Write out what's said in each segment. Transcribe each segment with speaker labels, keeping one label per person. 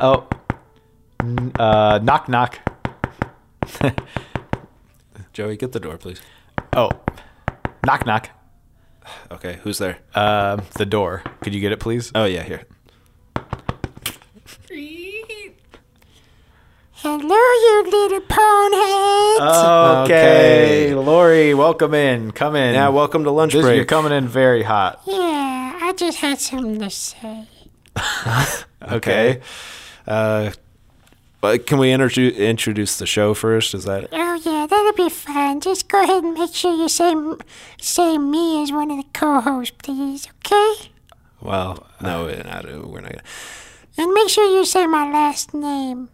Speaker 1: Oh, N- uh, knock knock.
Speaker 2: Joey, get the door, please.
Speaker 1: Oh, knock knock.
Speaker 2: Okay, who's there?
Speaker 1: Um, the door. Could you get it, please?
Speaker 2: Oh yeah, here.
Speaker 3: Hello, you little pwnhead.
Speaker 1: Uh. Okay, Lori, welcome in. Come in.
Speaker 2: Yeah, welcome to lunch
Speaker 1: This-
Speaker 2: break.
Speaker 1: you're coming in very hot.
Speaker 3: yeah, I just had something to say.
Speaker 2: Okay. Uh, but can we introduce introduce the show first? Is that
Speaker 3: Oh yeah, that'll be fun. Just go ahead and make sure you say say me as one of the co-hosts, please, okay?
Speaker 2: well? No, we're not. We're not. Gonna.
Speaker 3: And make sure you say my last name.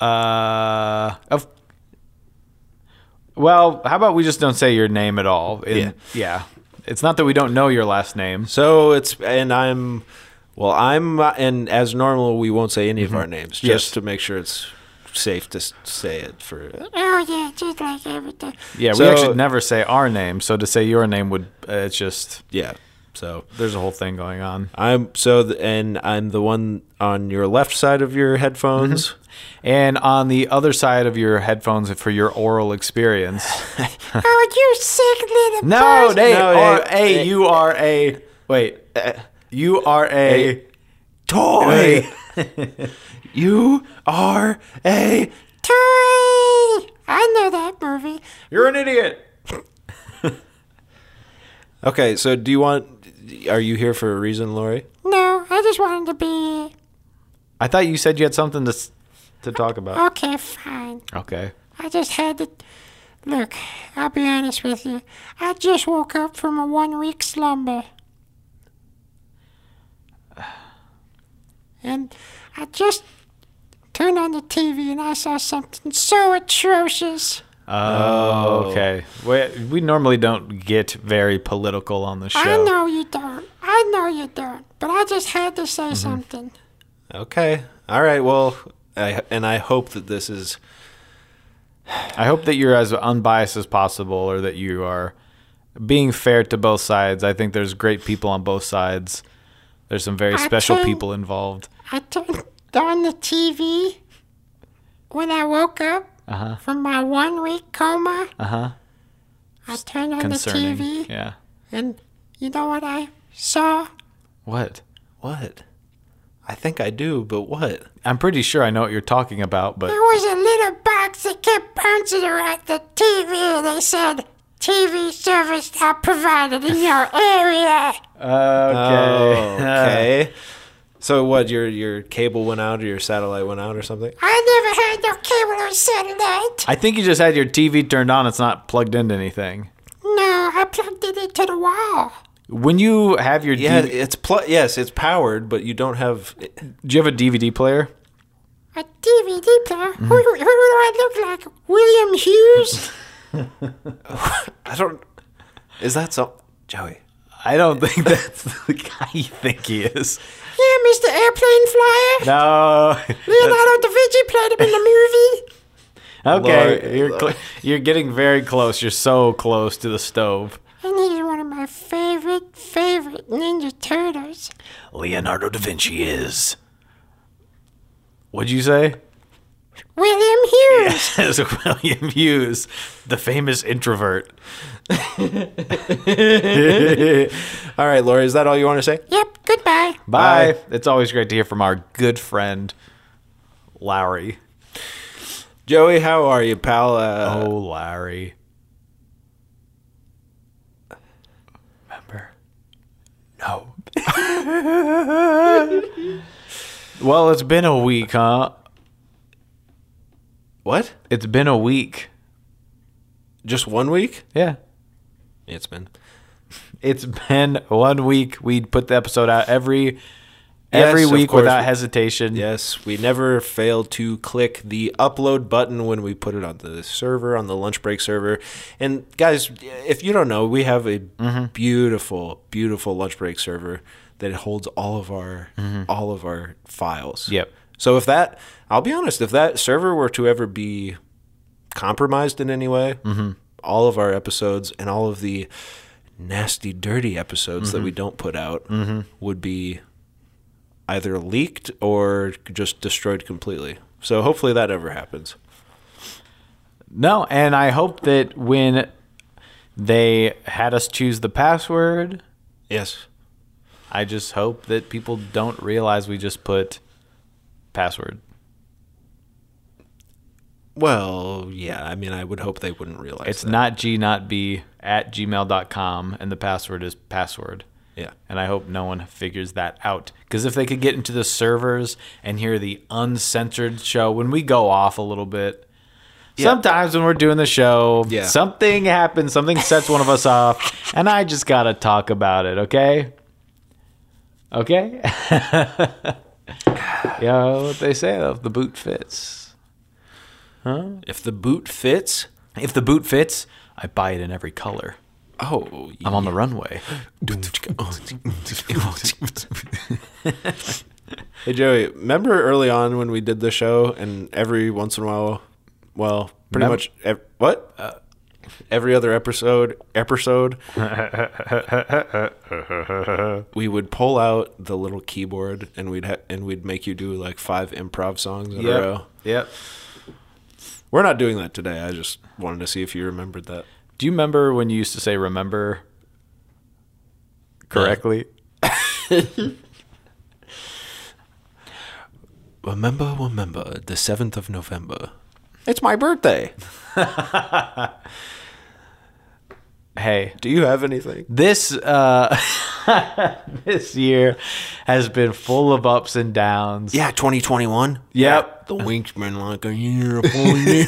Speaker 1: Uh, of. Well, how about we just don't say your name at all? And-
Speaker 2: Yeah.
Speaker 1: yeah. It's not that we don't know your last name.
Speaker 2: So it's and I'm, well, I'm uh, and as normal we won't say any of our names just
Speaker 1: Yes.
Speaker 2: to make sure it's safe to s- say it for.
Speaker 3: Oh yeah, just like everything.
Speaker 1: Yeah, we
Speaker 2: So-
Speaker 1: actually never say our name, so to say your name would uh, it's just
Speaker 2: Yeah. So
Speaker 1: there's a whole thing going on.
Speaker 2: I'm so th- and I'm the one on your left side of your headphones.
Speaker 1: And on the other side of your headphones for your oral experience.
Speaker 3: oh, you sick little
Speaker 1: No,
Speaker 3: person.
Speaker 1: they
Speaker 2: No,
Speaker 1: are
Speaker 2: eh,
Speaker 1: a. You are a. Wait, you are a.
Speaker 2: Toy. you are a.
Speaker 3: Toy. I know that movie.
Speaker 1: You're an idiot.
Speaker 2: Okay, so do you want? Are you here for a reason, Lori?
Speaker 3: No, I just wanted to be.
Speaker 1: I thought you said you had something to s- to talk about.
Speaker 3: Okay, fine.
Speaker 1: Okay.
Speaker 3: I just had to. Look, I'll be honest with you. I just woke up from a one week slumber. And I just turned on the TV and I saw something so atrocious.
Speaker 1: Oh, okay. We we normally don't get very political on the show.
Speaker 3: I know you don't. I know you don't. But I just had to
Speaker 1: Mm-hmm.
Speaker 3: say something.
Speaker 2: Okay. All right. Well, I, and I hope that this is.
Speaker 1: I hope that you're as unbiased as possible, or that you are being fair to both sides. I think there's great people on both sides. There's some very
Speaker 3: I
Speaker 1: special
Speaker 3: think-
Speaker 1: people involved.
Speaker 3: I turned on the TV when I woke up
Speaker 1: Uh-huh.
Speaker 3: from my one week coma.
Speaker 1: Uh huh.
Speaker 3: I turned on
Speaker 1: Concerning.
Speaker 3: the TV
Speaker 1: Yeah.
Speaker 3: and you know what I saw?
Speaker 1: What?
Speaker 2: What? I think I do, but what?
Speaker 1: I'm pretty sure I know what you're talking about, but
Speaker 3: There was a little box that kept bouncing around the TV and they said, TV service not provided in your area.
Speaker 1: okay.
Speaker 2: Okay. so what? Your your cable went out, or your satellite went out, or something?
Speaker 3: I never had no cable or satellite.
Speaker 1: I think you just had your TV turned on. It's not plugged into anything.
Speaker 3: No, I plugged it into the wall.
Speaker 1: When you have your
Speaker 2: Yeah,
Speaker 1: DV
Speaker 2: it's pl- yes, it's powered, but you don't have.
Speaker 1: do you have a DVD player?
Speaker 3: A DVD player? Who, who do I look like? William Hughes?
Speaker 2: I don't. Is that so, Joey?
Speaker 1: I don't think that's the guy you think he is.
Speaker 3: yeah, Mr. Airplane Flyer?
Speaker 1: No.
Speaker 3: Leonardo da Vinci played him in the movie.
Speaker 1: Okay,
Speaker 2: Lord.
Speaker 1: you're cl- you're getting very close. You're so close to the stove.
Speaker 3: And he's one of my favorite, favorite Ninja Turtles.
Speaker 1: Leonardo da Vinci is. What'd you say?
Speaker 3: William Hughes.
Speaker 1: As William Hughes, the famous introvert.
Speaker 2: All right, Lori, is that all you want to say?
Speaker 3: Yep, goodbye.
Speaker 1: Bye. It's always great to hear from our good friend, Lowry.
Speaker 2: Joey, how are you, pal? Uh,
Speaker 1: Oh, Larry. Remember? No. well, it's been a week, huh?
Speaker 2: What?
Speaker 1: It's been a week.
Speaker 2: Just one week?
Speaker 1: Yeah.
Speaker 2: It's been.
Speaker 1: It's been one week. We'd put the episode out every every
Speaker 2: Yes, of
Speaker 1: week
Speaker 2: course.
Speaker 1: without hesitation.
Speaker 2: Yes, we never fail to click the upload button when we put it on the server, on the lunch break server. And guys, if you don't know, we have a beautiful, beautiful lunch break server that holds all of our all of our files.
Speaker 1: Yep.
Speaker 2: So if that, I'll be honest, if that server were to ever be compromised in any way, all of our episodes and all of the Mm-hmm. nasty, dirty episodes that we don't put out would be either leaked or just destroyed completely. So hopefully that never happens.
Speaker 1: No, and I hope that when they had us choose the password,
Speaker 2: Yes.
Speaker 1: I just hope that people don't realize we just put password.
Speaker 2: Well, yeah. I mean, I would hope they wouldn't realize
Speaker 1: It's
Speaker 2: that.
Speaker 1: not g not b at gmail.com, and the password is password.
Speaker 2: Yeah.
Speaker 1: And I hope no one figures that out. Because if they could get into the servers and hear the uncensored show, when we go off a little bit, sometimes when we're doing the show,
Speaker 2: Yeah.
Speaker 1: something happens, something sets one of us off, and I just got to talk about it, okay? Okay? yeah, what they say, though, if the boot fits.
Speaker 2: If the boot fits,
Speaker 1: If the boot fits, I buy it in every color.
Speaker 2: oh,
Speaker 1: I'm on the runway.
Speaker 2: Hey Joey, remember early on when we did the show and every once in a while, well, pretty
Speaker 1: Mem-
Speaker 2: much ev- what? Uh, every other episode, episode, we would pull out the little keyboard and we'd ha- and we'd make you do like five improv songs in a row.
Speaker 1: Yep.
Speaker 2: We're not doing that today. I just wanted to see if you remembered that.
Speaker 1: Do you remember when you used to say remember correctly?
Speaker 2: Remember, remember the seventh of November. It's my birthday.
Speaker 1: Hey,
Speaker 2: Do you have anything?
Speaker 1: this uh, this year has been full of ups and downs.
Speaker 2: Yeah, 2021.
Speaker 1: Yep.
Speaker 2: The week's been like a year upon year.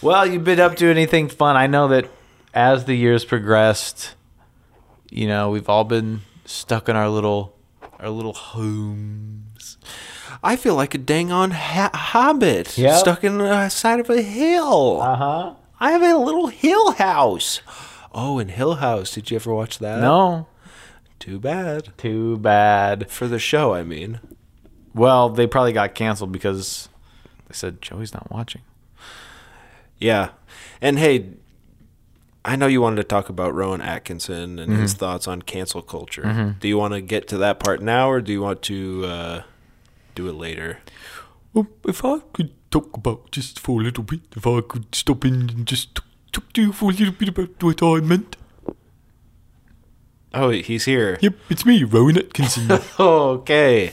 Speaker 1: Well, you've been up to anything fun? I know that as the years progressed, you know, we've all been stuck in our little our little homes.
Speaker 2: I feel like a dang on ha- hobbit
Speaker 1: Yep.
Speaker 2: stuck in the side of a hill. Uh huh.
Speaker 1: Uh-huh.
Speaker 2: I have a little hill house. Oh, and Hill House. Did you ever watch that?
Speaker 1: No,
Speaker 2: Too bad.
Speaker 1: too bad.
Speaker 2: For the show, I mean.
Speaker 1: Well, they probably got canceled because they said Joey's not watching.
Speaker 2: Yeah. And hey, I know you wanted to talk about Rowan Atkinson and
Speaker 1: Mm-hmm.
Speaker 2: his thoughts on cancel culture. Do you want to get to that part now or do you want to uh, do it later?
Speaker 4: Well, if I could talk about just for a little bit, if I could stop in and just talk, talk to you for a little bit about what I meant.
Speaker 2: Oh, he's here.
Speaker 4: Yep, it's me, Rowan Atkinson.
Speaker 2: Okay.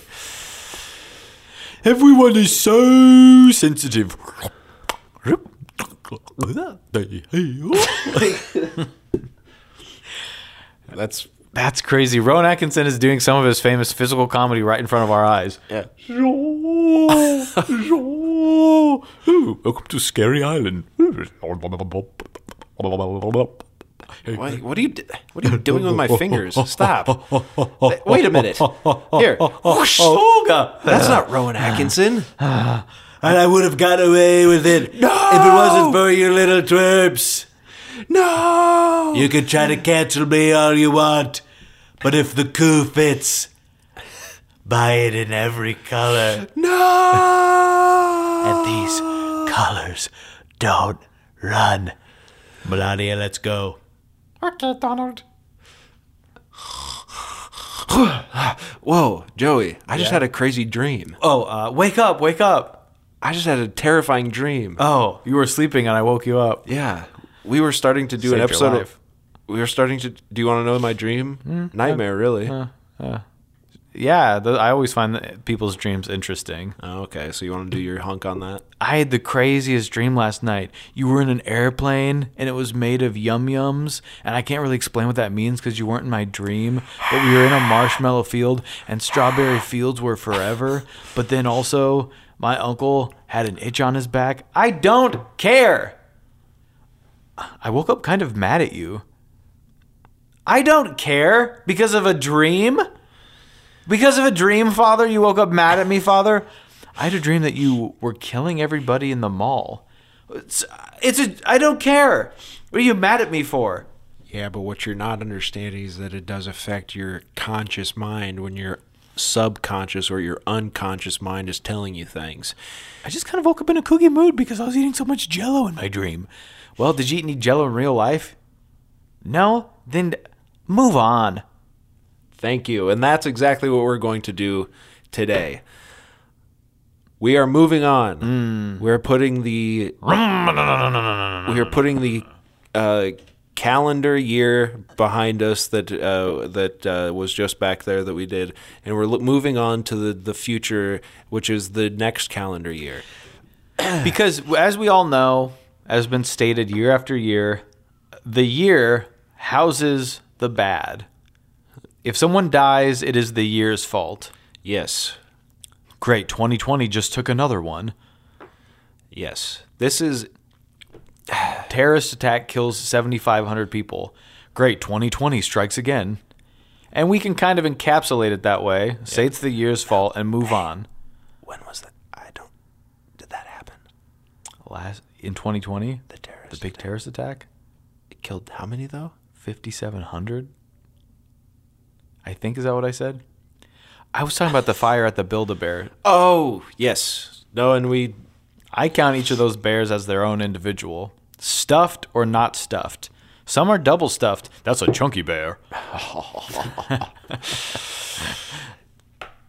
Speaker 4: Everyone is so sensitive. They oh, hate-
Speaker 2: That's
Speaker 1: That's crazy. Rowan Atkinson is doing some of his famous physical comedy right in front of our eyes.
Speaker 2: yeah.
Speaker 4: Ooh, Welcome to Scary Island.
Speaker 2: Why, what are you d- What are you doing with my fingers? Stop! Th- Wait a minute. Here, Whoosh. that's not Rowan Atkinson.
Speaker 4: And I would have got away with it if it wasn't for you little twerps.
Speaker 2: No.
Speaker 4: You can try to cancel me all you want, but if the coup fits, buy it in every color.
Speaker 2: No.
Speaker 4: And these colors don't run. Melania, let's go.
Speaker 3: Okay, Donald.
Speaker 2: Whoa, Joey! I just had a crazy dream.
Speaker 1: Oh, uh, wake up, wake up.
Speaker 2: I just had a terrifying dream.
Speaker 1: Oh, you were sleeping and I woke you up.
Speaker 2: yeah, we were starting to do an
Speaker 1: Saved your
Speaker 2: episode.
Speaker 1: life.
Speaker 2: Of, we were starting to. Do you want to know my dream? Nightmare, really?
Speaker 1: Yeah, th I always find that people's dreams interesting.
Speaker 2: oh, okay, so you want to do your hunk on that?
Speaker 1: I had the craziest dream last night. You were in an airplane and it was made of yum yums, and I can't really explain what that means because you weren't in my dream. But we were in a marshmallow field, and strawberry fields were forever. But then also, my uncle had an itch on his back. I don't care. I woke up kind of mad at you. I don't care because of a dream. Because of a dream, Father, you woke up mad at me, Father. I had a dream that you were killing everybody in the mall. It's, it's a. I don't care. What are you mad at me for?
Speaker 2: Yeah, but what you're not understanding is that it does affect your conscious mind when your subconscious or your unconscious mind is telling you things.
Speaker 1: I just kind of woke up in a kooky mood because I was eating so much Jello in my dream. Well, did you eat any Jello in real life? No. Then move on.
Speaker 2: Thank you. And that's exactly what we're going to do today. We are moving on. We're putting the we are putting the uh, calendar year behind us that uh, that uh, was just back there that we did, and we're lo- moving on to the the future, which is the next calendar year.
Speaker 1: because as we all know, as been stated year after year, the year houses the bad. If someone dies, it is the year's fault.
Speaker 2: Yes,
Speaker 1: Great, 2020 just took another one.
Speaker 2: yes. This is
Speaker 1: Terrorist attack kills 7,500 people. Great, 2020 strikes again. And we can kind of encapsulate it that way, say it's the year's fault, and move on.
Speaker 2: when was that? I don't. Did that happen?
Speaker 1: Last in 2020,
Speaker 2: The
Speaker 1: the
Speaker 2: terrorist
Speaker 1: big terrorist attack,
Speaker 2: it killed how many though?
Speaker 1: 5,700. I think is that what I said? I was talking about the fire at the Build-A-Bear.
Speaker 2: Oh yes. No, and we
Speaker 1: I count each of those bears as their own individual, stuffed or not stuffed. Some are double stuffed. That's a chunky bear.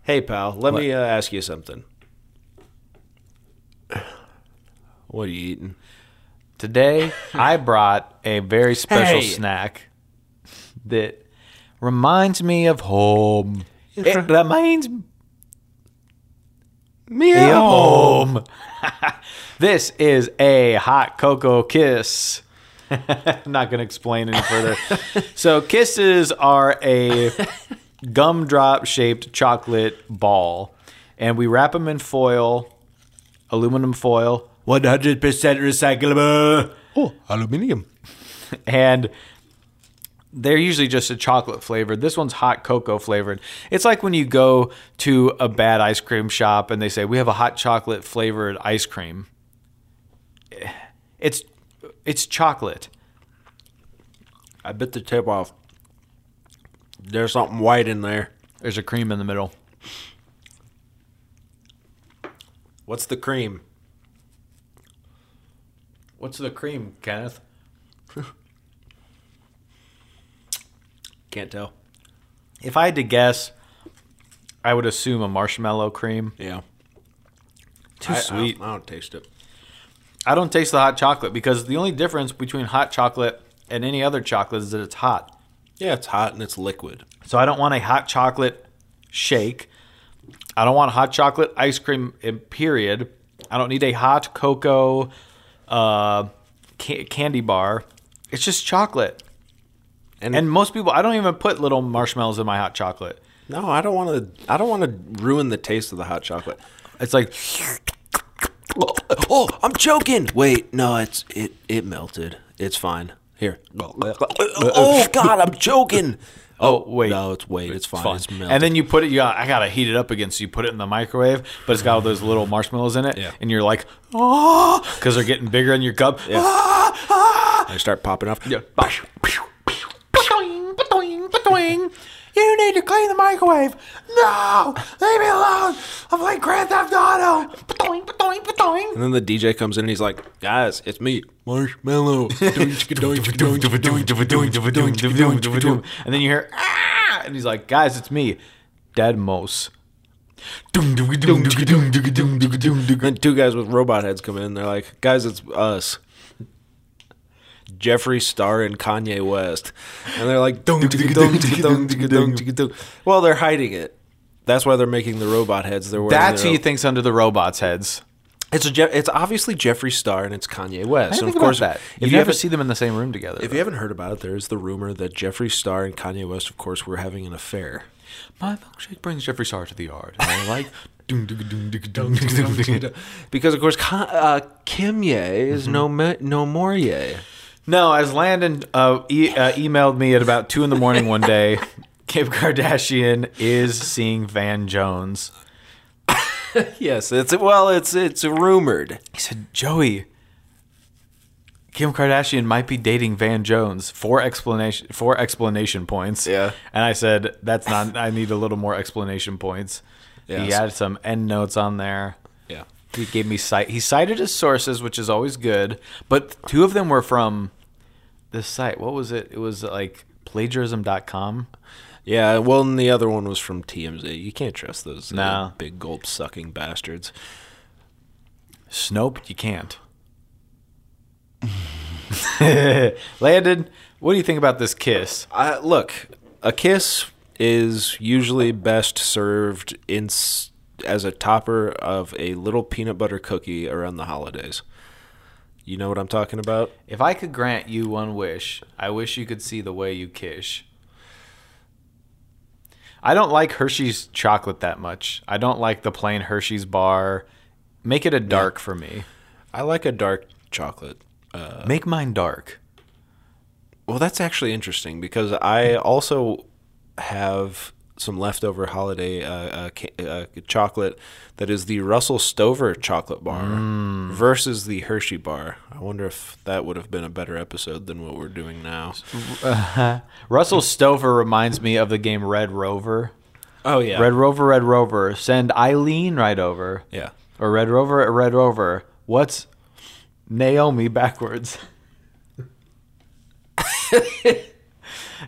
Speaker 2: Hey, pal, let me uh, ask you something. What are you eating?
Speaker 1: Today, I brought a very special
Speaker 2: Hey.
Speaker 1: snack that reminds me of home. It reminds me of home. this is a hot cocoa kiss. I'm not going to explain any further. so, kisses are a gumdrop shaped chocolate ball, and we wrap them in foil, aluminum foil.
Speaker 2: 100% recyclable.
Speaker 4: Oh, aluminium.
Speaker 1: and they're usually just a chocolate flavored. This one's hot cocoa flavored. It's like when you go to a bad ice cream shop and they say, "We have a hot chocolate flavored ice cream." It's it's chocolate.
Speaker 2: I bit the tip off. There's something white in there.
Speaker 1: There's a cream in the middle.
Speaker 2: What's the cream?
Speaker 1: What's the cream, Kenneth?
Speaker 2: Can't tell.
Speaker 1: If I had to guess, I would assume a marshmallow cream.
Speaker 2: Yeah.
Speaker 1: Too
Speaker 2: I- I don't-
Speaker 1: sweet.
Speaker 2: I don't taste it.
Speaker 1: I don't taste the hot chocolate because the only difference between hot chocolate and any other chocolate is that it's hot.
Speaker 2: Yeah, it's hot and it's liquid.
Speaker 1: So I don't want a hot chocolate shake. I don't want hot chocolate ice cream. eh, Period. I don't need a hot cocoa uh, ca- candy bar. It's just chocolate.
Speaker 2: And,
Speaker 1: And most people, I don't even put little marshmallows in my hot chocolate.
Speaker 2: no, I don't want to. I don't want to ruin the taste of the hot chocolate.
Speaker 1: It's like
Speaker 2: Oh, I'm choking. Wait, no, it's it it melted. It's fine. Here. Oh God, I'm choking.
Speaker 1: Oh, wait.
Speaker 2: No, it's wait. It's fine.
Speaker 1: fun.
Speaker 2: It's melted.
Speaker 1: and then you put it. You got, I gotta heat it up again. So you put it in the microwave, but it's got all those little marshmallows in it,
Speaker 2: Yeah.
Speaker 1: and you're like, oh, because they're getting bigger in your cup. Ah, ah.
Speaker 2: I start popping off.
Speaker 1: Yeah. Bosh. Pew, pew, ba-doing, ba-doing, ba-doing. You need to clean the microwave. No, leave me alone. I'm like Grand Theft Auto. Ba-doing, ba-doing, ba-doing.
Speaker 2: And then the DJ comes in and he's like, "Guys, it's me, marshmallow."
Speaker 1: And then you hear, ah, and he's like, guys, it's me, Deadmos.
Speaker 2: then two guys with robot heads come in. and They're like, "Guys, it's us." Jeffree Star and Kanye West, and they're like, "Dung, digga, dung, digga, dung, digga, dung, digga, dung." "Well, they're hiding it. That's why they're making the robot heads. They're wearing
Speaker 1: That's
Speaker 2: their
Speaker 1: who
Speaker 2: own-
Speaker 1: you think's under the robots' heads.
Speaker 2: It's a Je- it's obviously Jeffree Star and it's Kanye
Speaker 1: I
Speaker 2: West.
Speaker 1: didn't
Speaker 2: And
Speaker 1: think
Speaker 2: of course,
Speaker 1: about that.
Speaker 2: if
Speaker 1: you
Speaker 2: you
Speaker 1: ever
Speaker 2: haven't
Speaker 1: see them in the same room together.
Speaker 2: if you haven't heard about it, there is the rumor that Jeffree Star and Kanye West, of course, were having an affair.
Speaker 1: My milkshake brings Jeffree Star to the yard. And I like,
Speaker 2: Because of course, Ka- uh, Kimye is
Speaker 1: Mm-hmm.
Speaker 2: no ma- no more yay.
Speaker 1: No, as Landon uh, e- uh, emailed me at about two in the morning one day, Kim Kardashian is seeing Van Jones.
Speaker 2: Yes, it's well, it's it's rumored.
Speaker 1: He said, "Joey, Kim Kardashian might be dating Van Jones." Four explanation, four explanation points.
Speaker 2: Yeah.
Speaker 1: and I said, "That's not. I need a little more explanation points." He
Speaker 2: Yes.
Speaker 1: added some end notes on there.
Speaker 2: Yeah,
Speaker 1: He gave me cite. He cited his sources, which is always good. But two of them were from this site. What was it? It was like plagiarism.com.
Speaker 2: Yeah, well, and the other one was from TMZ. You can't trust those uh,
Speaker 1: No.
Speaker 2: big gulp sucking bastards.
Speaker 1: Snope, you can't. Landon, what do you think about this kiss?
Speaker 2: I, look, a kiss is usually best served in s- as a topper of a little peanut butter cookie around the holidays. You know what I'm talking about?
Speaker 1: If I could grant you one wish, I wish you could see the way you kiss. I don't like Hershey's chocolate that much. I don't like the plain Hershey's bar. Make it a dark for me.
Speaker 2: I like a dark chocolate.
Speaker 1: Uh, Make mine dark.
Speaker 2: Well, that's actually interesting because I also have some leftover holiday uh, uh, ca- uh, chocolate that is the Russell Stover chocolate bar Mm. versus the Hershey bar. I wonder if that would have been a better episode than what we're doing now.
Speaker 1: Russell Stover reminds me of the game Red Rover.
Speaker 2: Oh yeah,
Speaker 1: Red Rover, Red Rover, send Eileen right over.
Speaker 2: yeah.
Speaker 1: Or Red Rover, Red Rover. What's Naomi backwards?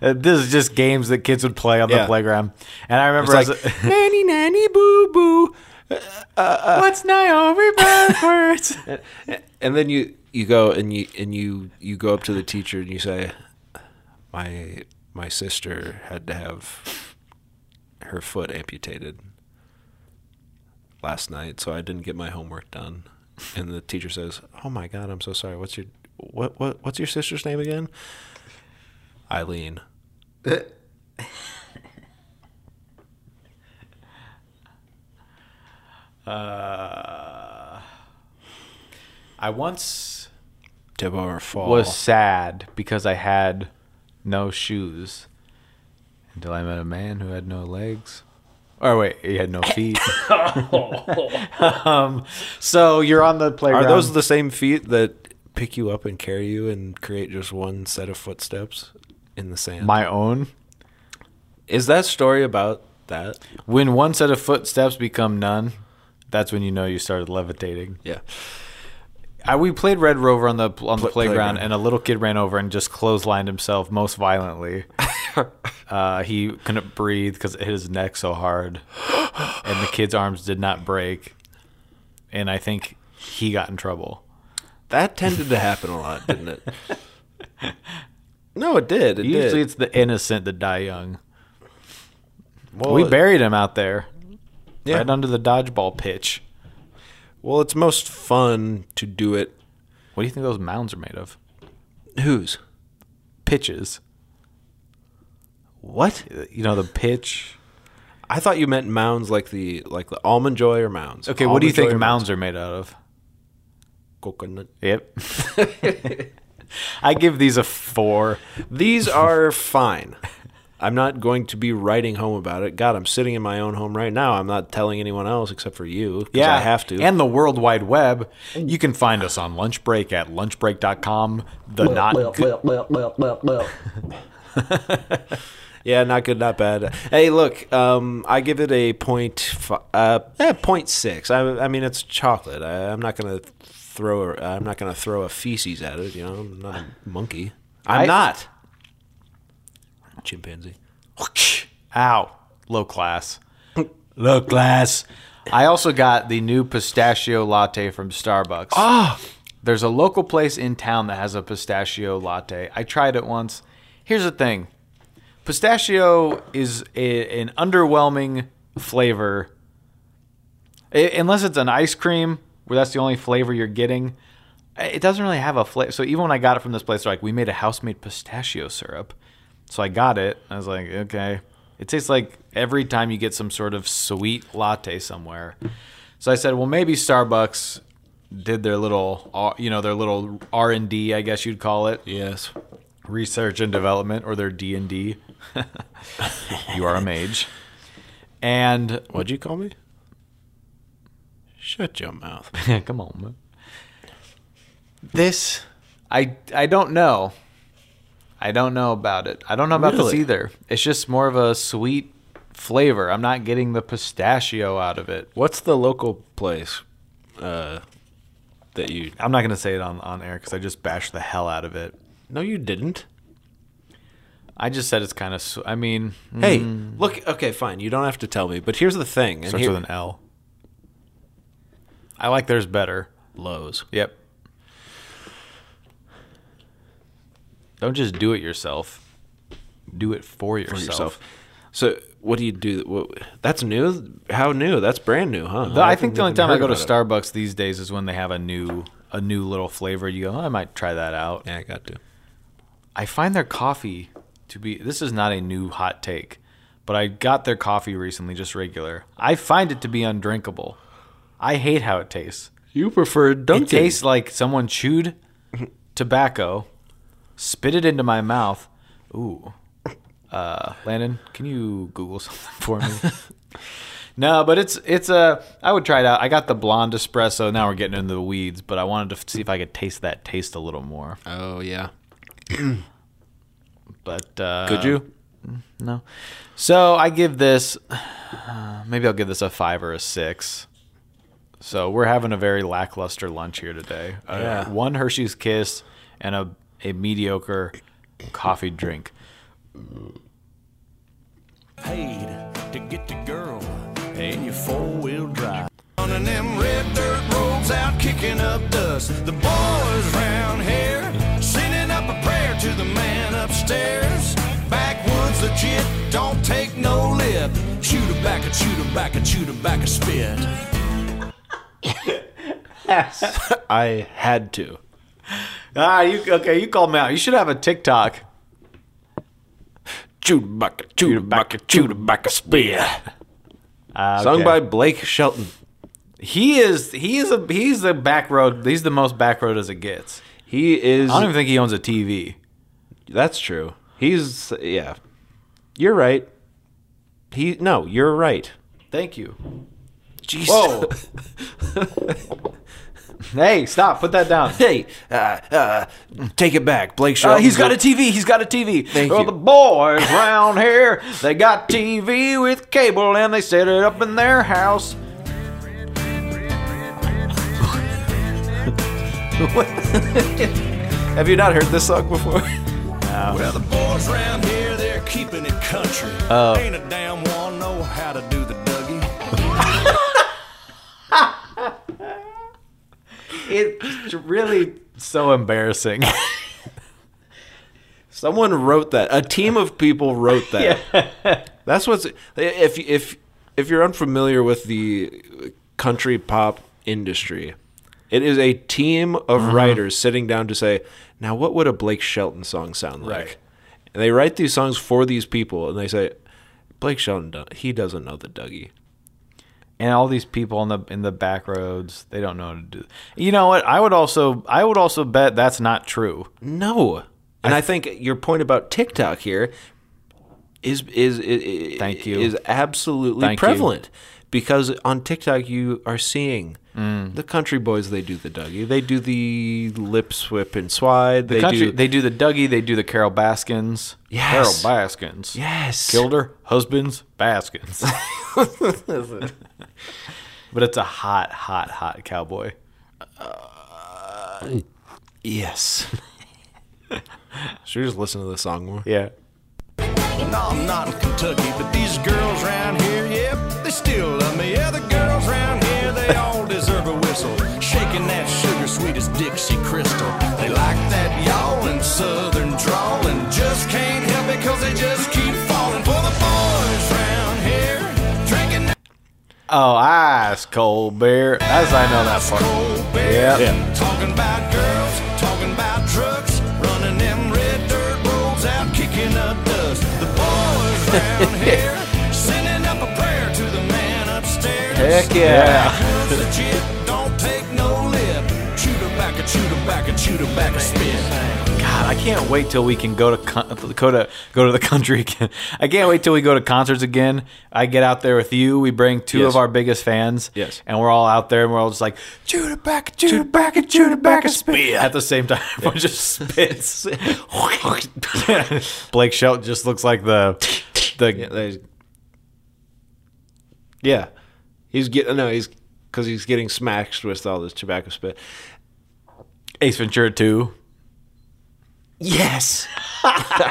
Speaker 1: Uh, this is just games that kids would play on the
Speaker 2: Yeah.
Speaker 1: playground. And I remember
Speaker 2: It's
Speaker 1: as a- Uh,
Speaker 2: like nanny nanny boo boo,
Speaker 1: what's Naomi backwards?
Speaker 2: and then you you go and you and you you go up to the teacher and you say, my my sister had to have her foot amputated last night, so I didn't get my homework done. And the teacher says, "Oh my god, I'm so sorry. What's your what what what's your sister's name again?" Eileen.
Speaker 1: I once
Speaker 2: Deborah Fall.
Speaker 1: was sad because I had no shoes until I met a man who had no legs. Or wait, he had no feet. um, so you're on the
Speaker 2: Are
Speaker 1: playground.
Speaker 2: those the same feet that pick you up and carry you and create just one set of footsteps in the sand?
Speaker 1: my own?
Speaker 2: Is that story about that?
Speaker 1: When one set of footsteps become none, that's when you know you started levitating.
Speaker 2: Yeah.
Speaker 1: I, we played Red Rover on the on the playground,
Speaker 2: playground.
Speaker 1: and a little kid ran over and just clotheslined himself most violently. uh, he couldn't breathe because it hit his neck so hard, and the kid's arms did not break. And I think he got in trouble.
Speaker 2: That tended to happen a lot, didn't it? No, it did. It
Speaker 1: Usually,
Speaker 2: did.
Speaker 1: it's the innocent that die young.
Speaker 2: Well,
Speaker 1: we
Speaker 2: it-
Speaker 1: buried him out there,
Speaker 2: yeah.
Speaker 1: right under the dodgeball pitch.
Speaker 2: Well, it's most fun to do it.
Speaker 1: What do you think those mounds are made of?
Speaker 2: Whose?
Speaker 1: Pitches.
Speaker 2: What?
Speaker 1: You know the pitch.
Speaker 2: I thought you meant mounds like the like the almond joy or mounds.
Speaker 1: Okay, what do you
Speaker 2: Almond Joy
Speaker 1: think
Speaker 2: or
Speaker 1: mounds are made out of?
Speaker 2: Coconut.
Speaker 1: Yep. I give these a four.
Speaker 2: These are fine. I'm not going to be writing home about it. God, I'm sitting in my own home right now. I'm not telling anyone else except for you. 'cause I have to.
Speaker 1: And the World Wide Web. You can find us on Lunch Break at lunchbreak.com. The not good.
Speaker 2: Yeah, not good, not bad. Hey, look, um, I give it a point, fi- uh, eh, point six. I, I mean, it's chocolate. I, I'm not gonna throw. A, I'm not gonna throw a feces at it. You know, I'm not a monkey. I'm
Speaker 1: I-
Speaker 2: not chimpanzee.
Speaker 1: Ow. Low class. Low class. I also got the new pistachio latte from Starbucks. Ah. There's a local place in town that has a pistachio latte. I tried it once. Here's the thing. Pistachio is a, an underwhelming flavor I unless it's an ice cream where that's the only flavor you're getting it doesn't really have a flavor so even when i got it from this place they're like we made a house-made pistachio syrup so i got it i was like okay it tastes like every time you get some sort of sweet latte somewhere so i said well maybe starbucks did their little R- you know their little r&d i guess you'd call it
Speaker 2: Yes.
Speaker 1: research and development or their d&d you are a mage and
Speaker 2: What'd you call me? Shut your mouth.
Speaker 1: Come on, man. This, I I don't know. I don't know about it. I don't know about this
Speaker 2: Really?
Speaker 1: either. It's just more of a sweet flavor. I'm not getting the pistachio out of it.
Speaker 2: What's the local place uh, that you?
Speaker 1: I'm not gonna say it on on air because I just bashed the hell out of it.
Speaker 2: No, you didn't.
Speaker 1: I just said it's kind of. Sw- I mean, mm, it
Speaker 2: Hey, look. Okay, fine. You don't have to tell me. But here's the thing. And
Speaker 1: starts
Speaker 2: here-
Speaker 1: with an L. I like theirs better.
Speaker 2: Lowe's.
Speaker 1: Yep. Don't just do it yourself. Do it for yourself.
Speaker 2: yourself. So what do you do? What, that's new. How new? That's brand new, huh?
Speaker 1: The- I think the only
Speaker 2: haven't
Speaker 1: time I
Speaker 2: even
Speaker 1: go to
Speaker 2: heard about
Speaker 1: Starbucks these days is when they have a new a new little flavor. You go, oh, I might try that out.
Speaker 2: it. Yeah, I got to.
Speaker 1: I find their coffee to be this is not a new hot take, but I got their coffee recently, just regular. I find it to be undrinkable. I hate how it tastes.
Speaker 2: You prefer Dunkin'.
Speaker 1: It tastes like someone chewed tobacco, spit it into my mouth. Ooh. Uh, Landon, can you Google something for me? no, but it's it's a. I would try it out. I got the blonde espresso. Now we're getting into the weeds, but I wanted to see if I could taste that taste a little more.
Speaker 2: oh yeah.
Speaker 1: But uh,
Speaker 2: Could you?
Speaker 1: No. So I give this. Maybe I'll give this a five or a six. So we're having a very lackluster lunch here today. Uh,
Speaker 2: Yeah.
Speaker 1: One Hershey's Kiss and a, a mediocre coffee drink.
Speaker 5: paid to get the girl and your four-wheel drive. On them red dirt roads out kicking up dust. The boys round here sending up a prayer to the man upstairs. Backwoods legit, don't take no lip. Shoot a back and shoot a back and shoot a back and spit.
Speaker 2: I had to.
Speaker 1: Ah, you okay? You called me out. You should have a TikTok.
Speaker 2: Chewbacca, Chewbacca, Chewbacca spear. Ah, Sung
Speaker 1: okay.
Speaker 2: by Blake Shelton.
Speaker 1: He is he is a he's the back road. He's the most back road as it gets.
Speaker 2: He is.
Speaker 1: I don't even think he owns a TV.
Speaker 2: That's true. He's yeah. You're right. He no. You're right.
Speaker 1: Thank you.
Speaker 2: Jesus.
Speaker 1: Whoa. hey, stop! Put that down.
Speaker 2: Hey, uh, uh, take it back, Blake
Speaker 1: Uh,
Speaker 2: Shelton.
Speaker 1: he's got a TV. He's got a TV.
Speaker 2: Thank
Speaker 1: well,
Speaker 2: you.
Speaker 1: the boys round here, they got TV with cable and they set it up in their house.
Speaker 2: Have you not heard this song before?
Speaker 5: Well, the boys round here, they're keeping it country. Ain't a damn one know how to do the Dougie.
Speaker 1: It's really so embarrassing.
Speaker 2: Someone wrote that. A team of people wrote that. That's what's if if if you're unfamiliar with the country pop industry, it is a team of writers sitting down to say, now what would a Blake Shelton song sound like?
Speaker 1: Right.
Speaker 2: And they write these songs for these people, and they say, Blake Shelton, do- he doesn't know the Dougie.
Speaker 1: and all these people in the in the back roads, they don't know how to do. You know what? I would also I would also bet that's not true.
Speaker 2: No. And I, think your point about TikTok here is is, is
Speaker 1: Thank you.
Speaker 2: is absolutely
Speaker 1: Thank you.
Speaker 2: prevalent because on TikTok you are seeing the country boys they do the Dougie, they do the lip swip and swide, they
Speaker 1: Country,
Speaker 2: do
Speaker 1: they do the Dougie, they do the Carol Baskins.
Speaker 2: Yes.
Speaker 1: Carol Baskins.
Speaker 2: yes.
Speaker 1: Gilder, husbands, Baskins. but it's a hot, hot, hot cowboy.
Speaker 2: Yes. Should we just listen to the song more?
Speaker 1: Yeah.
Speaker 5: No, I'm not in Kentucky, but these girls round here, yep, they still love me. Yeah, the girls round here, they all deserve a whistle. Shaking that sugar sweet as Dixie Crystal. They like that y'all and southern drawl and just can't help it 'cause they just keep falling for the boys round here. Drinking that
Speaker 1: Oh, ice cold beer. As I know that part.
Speaker 5: cold beer.
Speaker 1: Yep.
Speaker 5: Talking about girls, talking about trucks, running them red dirt roads out, kicking up dust. The boys round here, sending up a prayer to the man upstairs.
Speaker 1: Heck yeah.
Speaker 5: Girls legit, don't take no lip. Shoot her back and shoot her back and shoot her back and spit.
Speaker 1: God, I can't wait till we can go to con- go to go to the country again. I can't wait till we go to concerts again. I get out there with you. We bring two
Speaker 2: Yes.
Speaker 1: of our biggest fans.
Speaker 2: Yes.
Speaker 1: And we're all out there and we're all just like
Speaker 2: Shoot it back, shoot it back, and shoot it back, and spit.
Speaker 1: at the same time. Everyone just spits. Blake Shelton just looks like the the
Speaker 2: Yeah, they- yeah. he's getting no, he's because he's getting smashed with all this tobacco spit.
Speaker 1: Ace Ventura 2. Yes.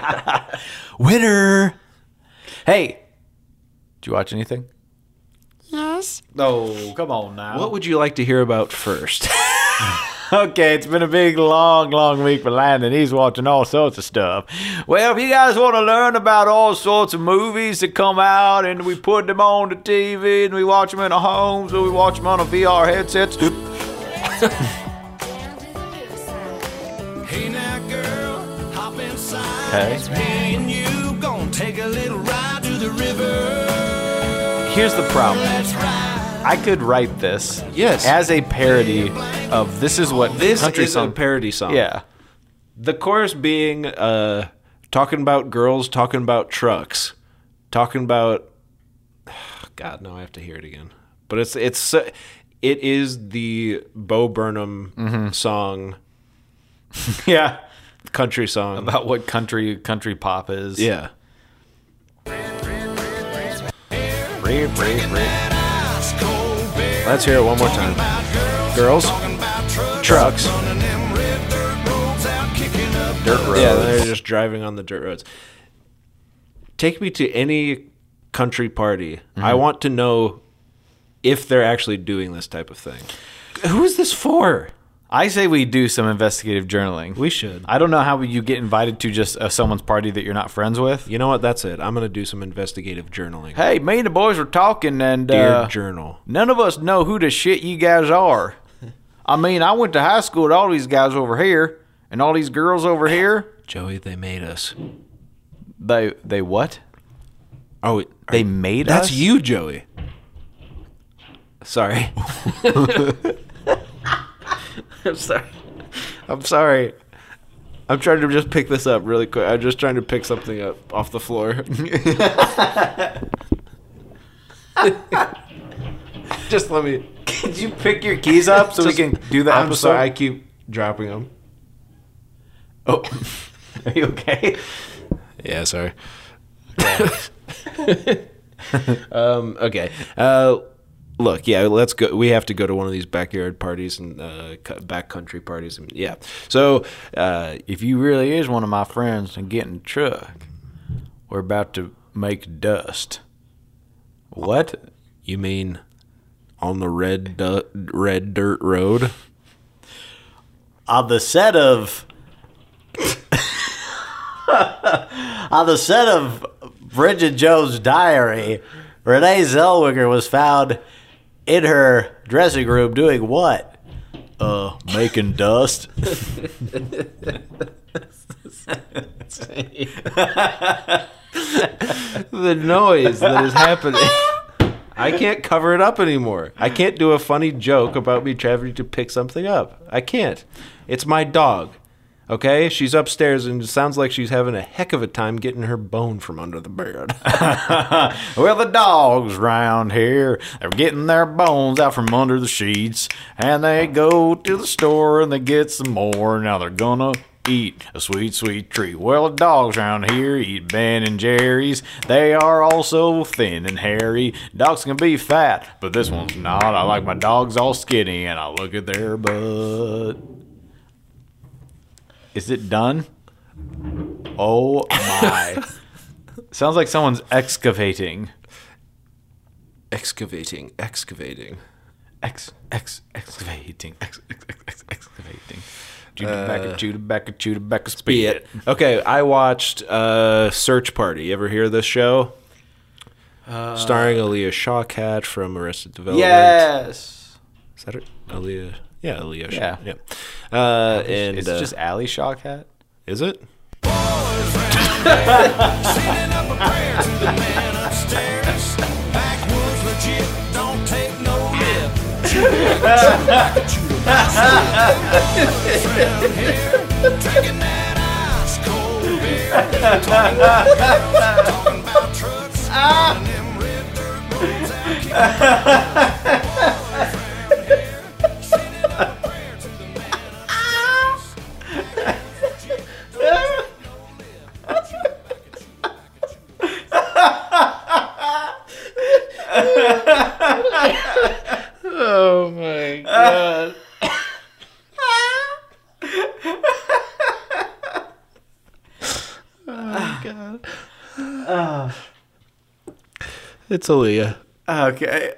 Speaker 1: Winner. Hey, did you watch anything?
Speaker 3: Yes?
Speaker 1: No, come on now.
Speaker 2: What would you like to hear about first?
Speaker 1: Okay, it's been a big, long, long week for Landon. He's watching all sorts of stuff. Well, if you guys want to learn about all sorts of movies that come out, and we put them on the TV, and we watch them in our homes, or we watch them on our VR headsets.
Speaker 5: Hey now, girl, hop inside.
Speaker 1: Okay.
Speaker 5: It's me and you gonna take a little ride to the river.
Speaker 1: Here's the problem.
Speaker 5: Let's ride.
Speaker 1: I could write this
Speaker 2: Yes.
Speaker 1: as a parody of this is what
Speaker 2: this
Speaker 1: country
Speaker 2: is
Speaker 1: song.
Speaker 2: a parody song.
Speaker 1: yeah,
Speaker 2: The chorus being uh, talking about girls, talking about trucks, talking about. God, no, I have to hear it again. But it's it's so- it is the Bo Burnham song,
Speaker 1: Mm-hmm. yeah.
Speaker 2: country song.
Speaker 1: About what country country pop is.
Speaker 2: yeah,
Speaker 5: Ice cold beer.
Speaker 2: let's hear it one more time.
Speaker 5: About girls.
Speaker 2: Girls,
Speaker 5: Talking about trucks.
Speaker 2: trucks,
Speaker 5: Running them red dirt roads out kicking up.
Speaker 6: Dirt roads.
Speaker 2: Yeah, they're just driving on the dirt roads. Take me to any country party. I want to know if they're actually doing this type of thing. Who is this for?
Speaker 1: I say we do some investigative journaling.
Speaker 2: We should.
Speaker 1: I don't know how you get invited to just uh, someone's party that you're not friends with.
Speaker 2: You know what? That's it. I'm going to do some investigative journaling.
Speaker 1: Hey, me and the boys were talking, and
Speaker 2: Dear
Speaker 1: uh,
Speaker 2: journal.
Speaker 1: none of us know who the shit you guys are. I mean, I went to high school with all these guys over here, and all these girls over here.
Speaker 2: Joey, they made us.
Speaker 1: They they what?
Speaker 2: Oh, wait.
Speaker 1: They made
Speaker 2: that's
Speaker 1: us?
Speaker 2: you, Joey. Sorry. I'm sorry. I'm sorry. I'm trying to just pick this up really quick. I'm just trying to pick something up off the floor. just let me.
Speaker 1: Did you pick your keys up so
Speaker 2: Just-
Speaker 1: we can do the
Speaker 2: I'm
Speaker 1: episode?
Speaker 2: sorry. I keep dropping them.
Speaker 1: Oh, are you okay?
Speaker 2: Yeah, sorry. um, okay. Uh, look, yeah, let's go. We have to go to one of these backyard parties and uh, cu- backcountry parties. And, yeah. So, uh,
Speaker 1: If you really is one of my friends and get in the truck, we're about to make dust. What?
Speaker 2: you mean on the red du- red dirt road?
Speaker 1: on the set of on the set of Bridget Jones' Diary, Renee Zellweger was found in her dressing room doing what? Uh, making dust.
Speaker 2: The noise that is happening. I can't cover it up anymore. I can't do a funny joke about me trying to pick something up. I can't. It's my dog. Okay? She's upstairs and it sounds like she's having a heck of a time getting her bone from under the bed.
Speaker 1: well, the dogs round here, they're getting their bones out from under the sheets, and they go to the store and they get some more. Now they're gonna eat a sweet, sweet treat. Well, the dogs round here eat Ben and Jerry's. They are also thin and hairy. Dogs can be fat, but this one's not. I like my dogs all skinny, and I look at their butt. Is it done? Oh my. Sounds like someone's excavating.
Speaker 2: excavating, excavating.
Speaker 1: ex ex excavating ex, ex, ex, ex excavating. Judabacca, Judabacca, Judabacca,
Speaker 2: Be
Speaker 1: speed
Speaker 2: it. Okay, I watched uh, Search Party. You ever hear this show?
Speaker 1: Uh,
Speaker 2: Starring Aaliyah Shawkat from Arrested Development.
Speaker 1: Yes.
Speaker 2: Is that her? Aaliyah? Yeah, Aaliyah. Shaw-
Speaker 1: Yeah.
Speaker 2: yeah. Uh, and
Speaker 1: It's
Speaker 2: uh,
Speaker 1: just Alley Shawcat.
Speaker 2: is it?
Speaker 5: Boys round here, sending up a prayer to the man upstairs. Backwoods legit, don't take no lip. Drinking that ice cold beer. Talking about girls, talking about trucks. running them red dirt roads out kicking up. Boys round here, sending up a prayer to the man upstairs.
Speaker 2: It's Aaliyah.
Speaker 1: Okay.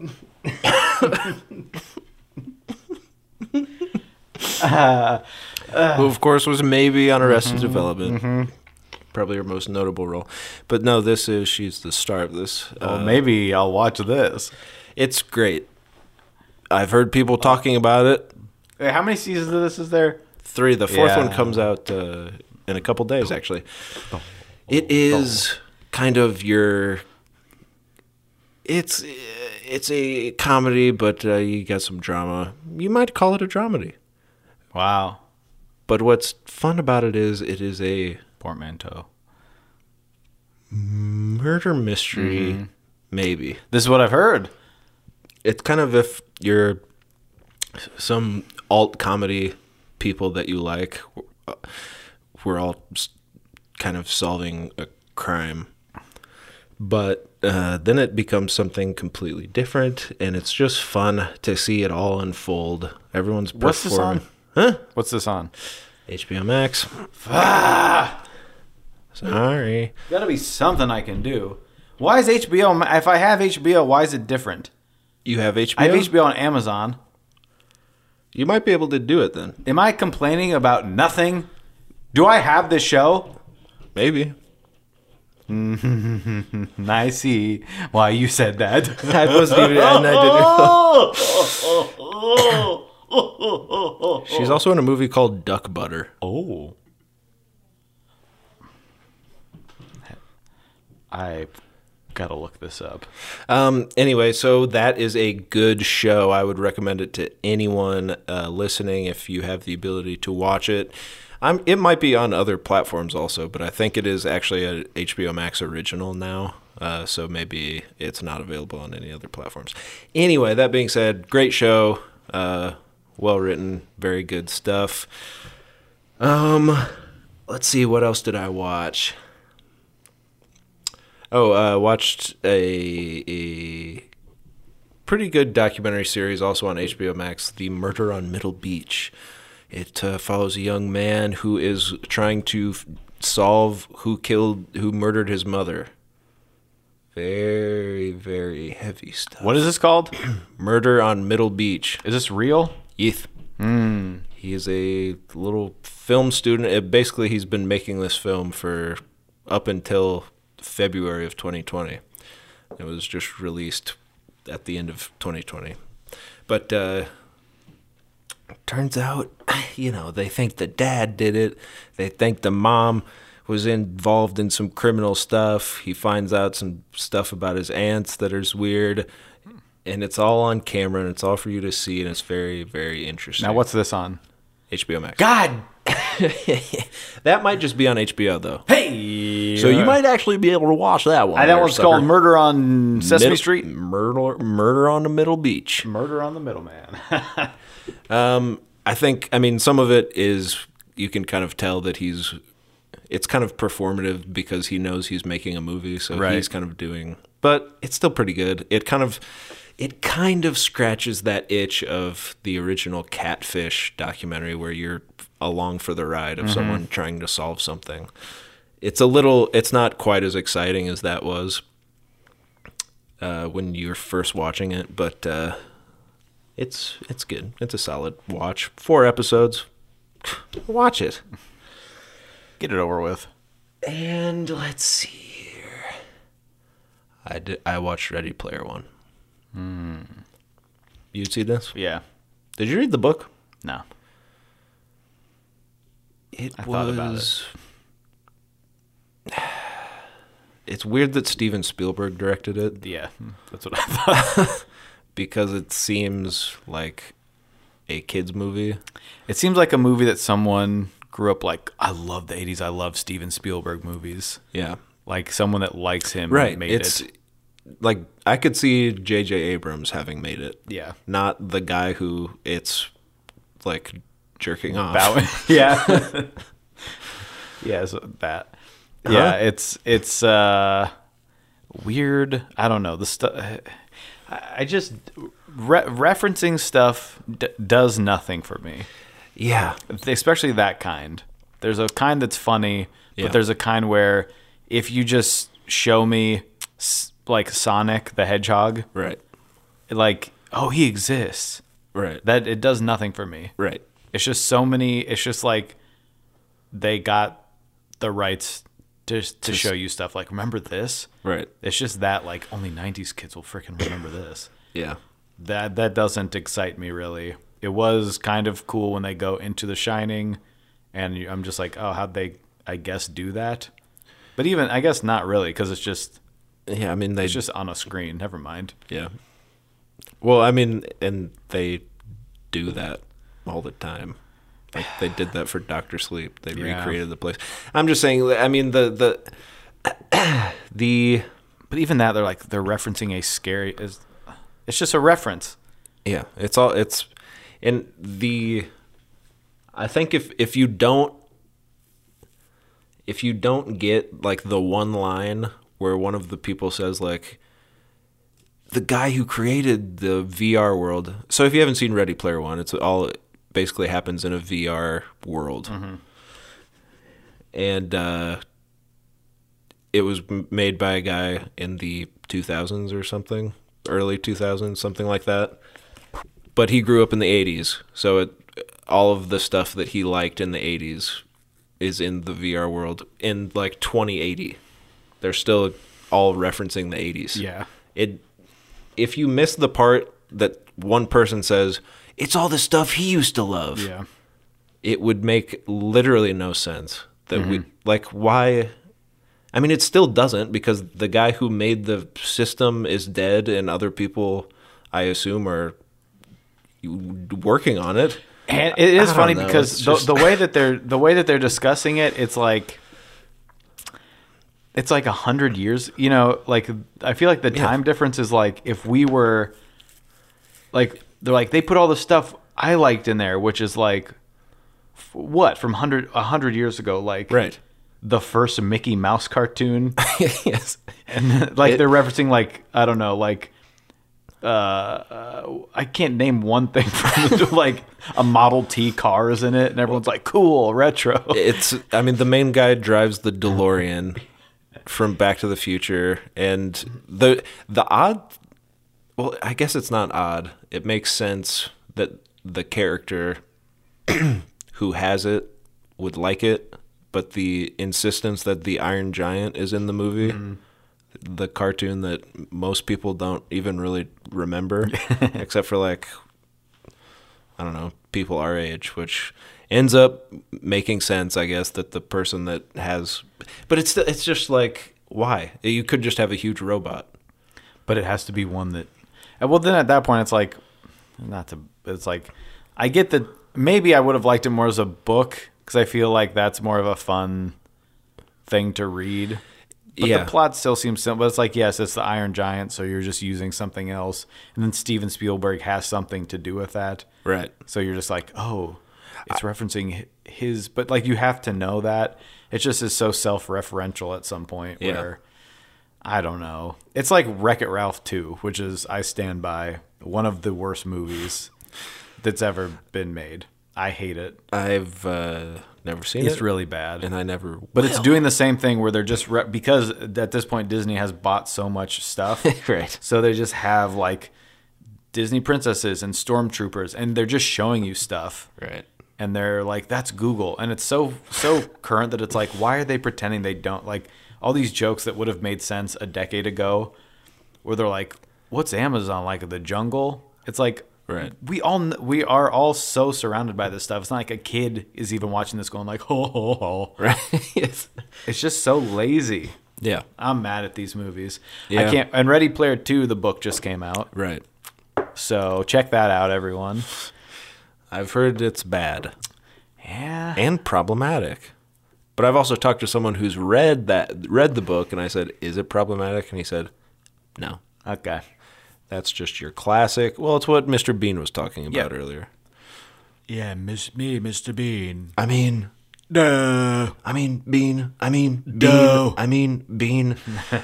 Speaker 2: who of course was maybe on Arrested Development. Probably her most notable role. But no, this is she's the star of this.
Speaker 1: Well,
Speaker 2: Uh,
Speaker 1: maybe I'll watch this.
Speaker 2: it's great. I've heard people talking about it.
Speaker 1: Wait, how many seasons of this is there?
Speaker 2: Three, the fourth one
Speaker 1: Yeah.
Speaker 2: comes out uh, in a couple days actually. It is kind of your it's it's a comedy, but uh, you got some drama. You might call it a dramedy.
Speaker 1: Wow.
Speaker 2: But what's fun about it is it is a
Speaker 1: Portmanteau.
Speaker 2: murder mystery, maybe.
Speaker 1: This is what I've heard.
Speaker 2: it's kind of if you're some alt comedy people that you like uh, we're all s- kind of solving a crime but uh, then it becomes something completely different and it's just fun to see it all unfold everyone's performing
Speaker 1: What's this on?
Speaker 2: huh
Speaker 1: What's this on?
Speaker 2: hbo max sorry
Speaker 1: Gotta be something I can do. Why is HBO? ma- If I have HBO, why is it different?
Speaker 2: you have hbo
Speaker 1: I have HBO on Amazon.
Speaker 2: you might be able to do it then
Speaker 1: Am I complaining about nothing? Do I have the show?
Speaker 2: maybe
Speaker 1: I see why you said that.
Speaker 2: I wasn't even. And I didn't. She's also in a movie called Duck Butter.
Speaker 1: Oh. I gotta look this up.
Speaker 2: Um. Anyway, so that is a good show. I would recommend it to anyone uh, listening if you have the ability to watch it. I'm. It might be on other platforms also, but I think it is actually a HBO Max original now. Uh, so maybe it's not available on any other platforms. Anyway, that being said, great show. Uh, well written, very good stuff. Um, let's see, what else did I watch? Oh, uh, watched a, a pretty good documentary series also on HBO Max, The Murder on Middle Beach. It uh, follows a young man who is trying to f- solve who killed, who murdered his mother. Very, very heavy stuff.
Speaker 1: What is this called?
Speaker 2: Murder on Middle Beach.
Speaker 1: Is this real?
Speaker 2: Yeeth. He is a little film student. Uh, basically, he's been making this film for up until February of 2020. It was just released at the end of 2020. But uh, turns out, you know, they think the dad did it. They think the mom was involved in some criminal stuff. He finds out some stuff about his aunts that is weird. And it's all on camera and it's all for you to see. And it's very, very interesting.
Speaker 1: Now, what's this on?
Speaker 2: HBO Max?
Speaker 1: God!
Speaker 2: That might just be on HBO though.
Speaker 1: Hey!
Speaker 2: So you might actually be able to watch that one.
Speaker 1: I
Speaker 2: there,
Speaker 1: that one's
Speaker 2: sucker.
Speaker 1: called Murder on Sesame
Speaker 2: Middle-
Speaker 1: Street.
Speaker 2: Murder, murder on the Middle Beach.
Speaker 1: Murder on the Middleman.
Speaker 2: I think. I mean, some of it is you can kind of tell that he's. It's kind of performative because he knows he's making a movie, so
Speaker 1: Right.
Speaker 2: he's kind of doing. But it's still pretty good. It kind of, it kind of scratches that itch of the original Catfish documentary, where you're along for the ride of someone trying to solve something. It's a little. It's not quite as exciting as that was uh, when you were first watching it, but. Uh, it's it's good. It's a solid watch. Four episodes. Watch it.
Speaker 1: Get it over with.
Speaker 2: And let's see here. I did, I watched Ready Player One. Hmm. You'd see this.
Speaker 1: Yeah.
Speaker 2: Did you read the book?
Speaker 1: No.
Speaker 2: It
Speaker 1: thought about it.
Speaker 2: It's weird that Steven Spielberg directed it.
Speaker 1: Yeah. That's what I thought.
Speaker 2: because it seems like a kids movie.
Speaker 1: It seems like a movie that someone grew up like, I love the 80s. I love Steven Spielberg movies.
Speaker 2: Yeah.
Speaker 1: Like someone that likes him
Speaker 2: right
Speaker 1: made
Speaker 2: it's
Speaker 1: it.
Speaker 2: like i could see jj abrams having made it
Speaker 1: Yeah.
Speaker 2: not the guy who it's like jerking off
Speaker 1: Bow- yeah. yeah, so that. Yeah,
Speaker 2: Huh?
Speaker 1: it's it's uh weird. I don't know. The stuff I I just re- referencing stuff d- does nothing for me.
Speaker 2: yeah
Speaker 1: especially that kind. There's a kind that's funny,
Speaker 2: Yeah.
Speaker 1: but there's a kind where if you just show me s- like Sonic the Hedgehog.
Speaker 2: Right.
Speaker 1: Like, oh, he exists.
Speaker 2: Right.
Speaker 1: That it does nothing for me.
Speaker 2: right.
Speaker 1: It's just so many. It's just like they got the rights to to show you stuff. Like, remember this?
Speaker 2: Right.
Speaker 1: It's just that like only '90s kids will freaking remember this.
Speaker 2: Yeah.
Speaker 1: That that doesn't excite me really. It was kind of cool when they go into The Shining, and you- I'm just like, oh, how'd they? I guess do that. But even I guess not really because it's just
Speaker 2: Yeah, I mean they
Speaker 1: it's just on a screen. Never mind.
Speaker 2: yeah. Well, I mean and they do that all the time. Like they did that for Doctor Sleep. They
Speaker 1: Yeah.
Speaker 2: recreated the place. I'm just saying I mean the the the
Speaker 1: But even that, they're like they're referencing a scary. Is it's just a reference.
Speaker 2: Yeah, it's all it's and the I think if if you don't if you don't get like the one line where one of the people says like the guy who created the VR world. So if you haven't seen Ready Player One, it's all it basically happens in a VR world. And uh it was m- made by a guy in the 2000s or something, early 2000s, something like that but he grew up in the 80s so it, all of the stuff that he liked in the 80s is in the vr world in like 2080 they're still all referencing the 80s
Speaker 1: Yeah.
Speaker 2: it if you miss the part that one person says it's all the stuff he used to love
Speaker 1: Yeah.
Speaker 2: it would make literally no sense that we like why I mean it still doesn't because the guy who made the system is dead and other people I assume are working on it.
Speaker 1: And it is
Speaker 2: don't
Speaker 1: funny
Speaker 2: know,
Speaker 1: because
Speaker 2: it's
Speaker 1: the,
Speaker 2: just-
Speaker 1: the way that they're the way that they're discussing it, it's like it's like a hundred years. You know, like I feel like the time difference is like if we were like they're like they put all the stuff I liked in there, which is like f- what from hundred a hundred years ago, like
Speaker 2: Right.
Speaker 1: the first Mickey Mouse cartoon.
Speaker 2: yes.
Speaker 1: like they're referencing like I don't know, like uh, uh I can't name one thing from the- like a Model T car is in it, and everyone's like, "Cool, retro."
Speaker 2: It's I mean the main guy drives the DeLorean from Back to the Future and the the odd well I guess it's not odd. It makes sense that the character who has it would like it, but the insistence that the Iron Giant is in the movie, the cartoon that most people don't even really remember, except for like, I don't know, people our age, which ends up making sense, I guess, that the person that has, but it's it's just like why you could just have a huge robot.
Speaker 1: But it has to be one that. and Well, then at that point, it's like, not to. It's like, I get that maybe I would have liked it more as a book because I feel like that's more of a fun thing to read. But
Speaker 2: Yeah.
Speaker 1: the plot still seems simple. It's like, yes, it's the Iron Giant, so you're just using something else. And then Steven Spielberg has something to do with that.
Speaker 2: Right.
Speaker 1: So you're just like, oh, it's referencing hi- his. But like, you have to know that. It just is so self referential at some point
Speaker 2: Yeah.
Speaker 1: where I don't know. It's like Wreck It Ralph 2, which is, I stand by, one of the worst movies that's ever been made. I hate it.
Speaker 2: I've uh, never seen
Speaker 1: It's
Speaker 2: it,
Speaker 1: really bad.
Speaker 2: and I never.
Speaker 1: But it's doing the same thing where they're just re- because at this point Disney has bought so much stuff,
Speaker 2: Right.
Speaker 1: So they just have like Disney princesses and stormtroopers, and they're just showing you stuff,
Speaker 2: right.
Speaker 1: and they're like, "That's Google," and it's so so current that it's like, why are they pretending they don't like all these jokes that would have made sense a decade ago, where they're like, "What's Amazon like? The jungle?" It's like.
Speaker 2: Right.
Speaker 1: We all kn- we are all so surrounded by this stuff. It's not like a kid is even watching this going like, "Ho ho ho."
Speaker 2: Right. yes.
Speaker 1: It's just so lazy.
Speaker 2: Yeah.
Speaker 1: I'm mad at these movies.
Speaker 2: Yeah.
Speaker 1: I can't. And Ready Player Two, the book just came out,
Speaker 2: Right.
Speaker 1: so check that out, everyone.
Speaker 2: I've heard it's bad.
Speaker 1: Yeah,
Speaker 2: and problematic. But I've also talked to someone who's read that read the book and I said, "Is it problematic?" and he said, "No.
Speaker 1: okay.
Speaker 2: That's just your classic. Well, it's what Mr. Bean was talking about earlier."
Speaker 4: Yeah, miss me, Mr. Bean.
Speaker 2: I mean,
Speaker 4: Duh.
Speaker 2: I mean Bean, I mean Bean,
Speaker 4: No.
Speaker 2: I mean Bean.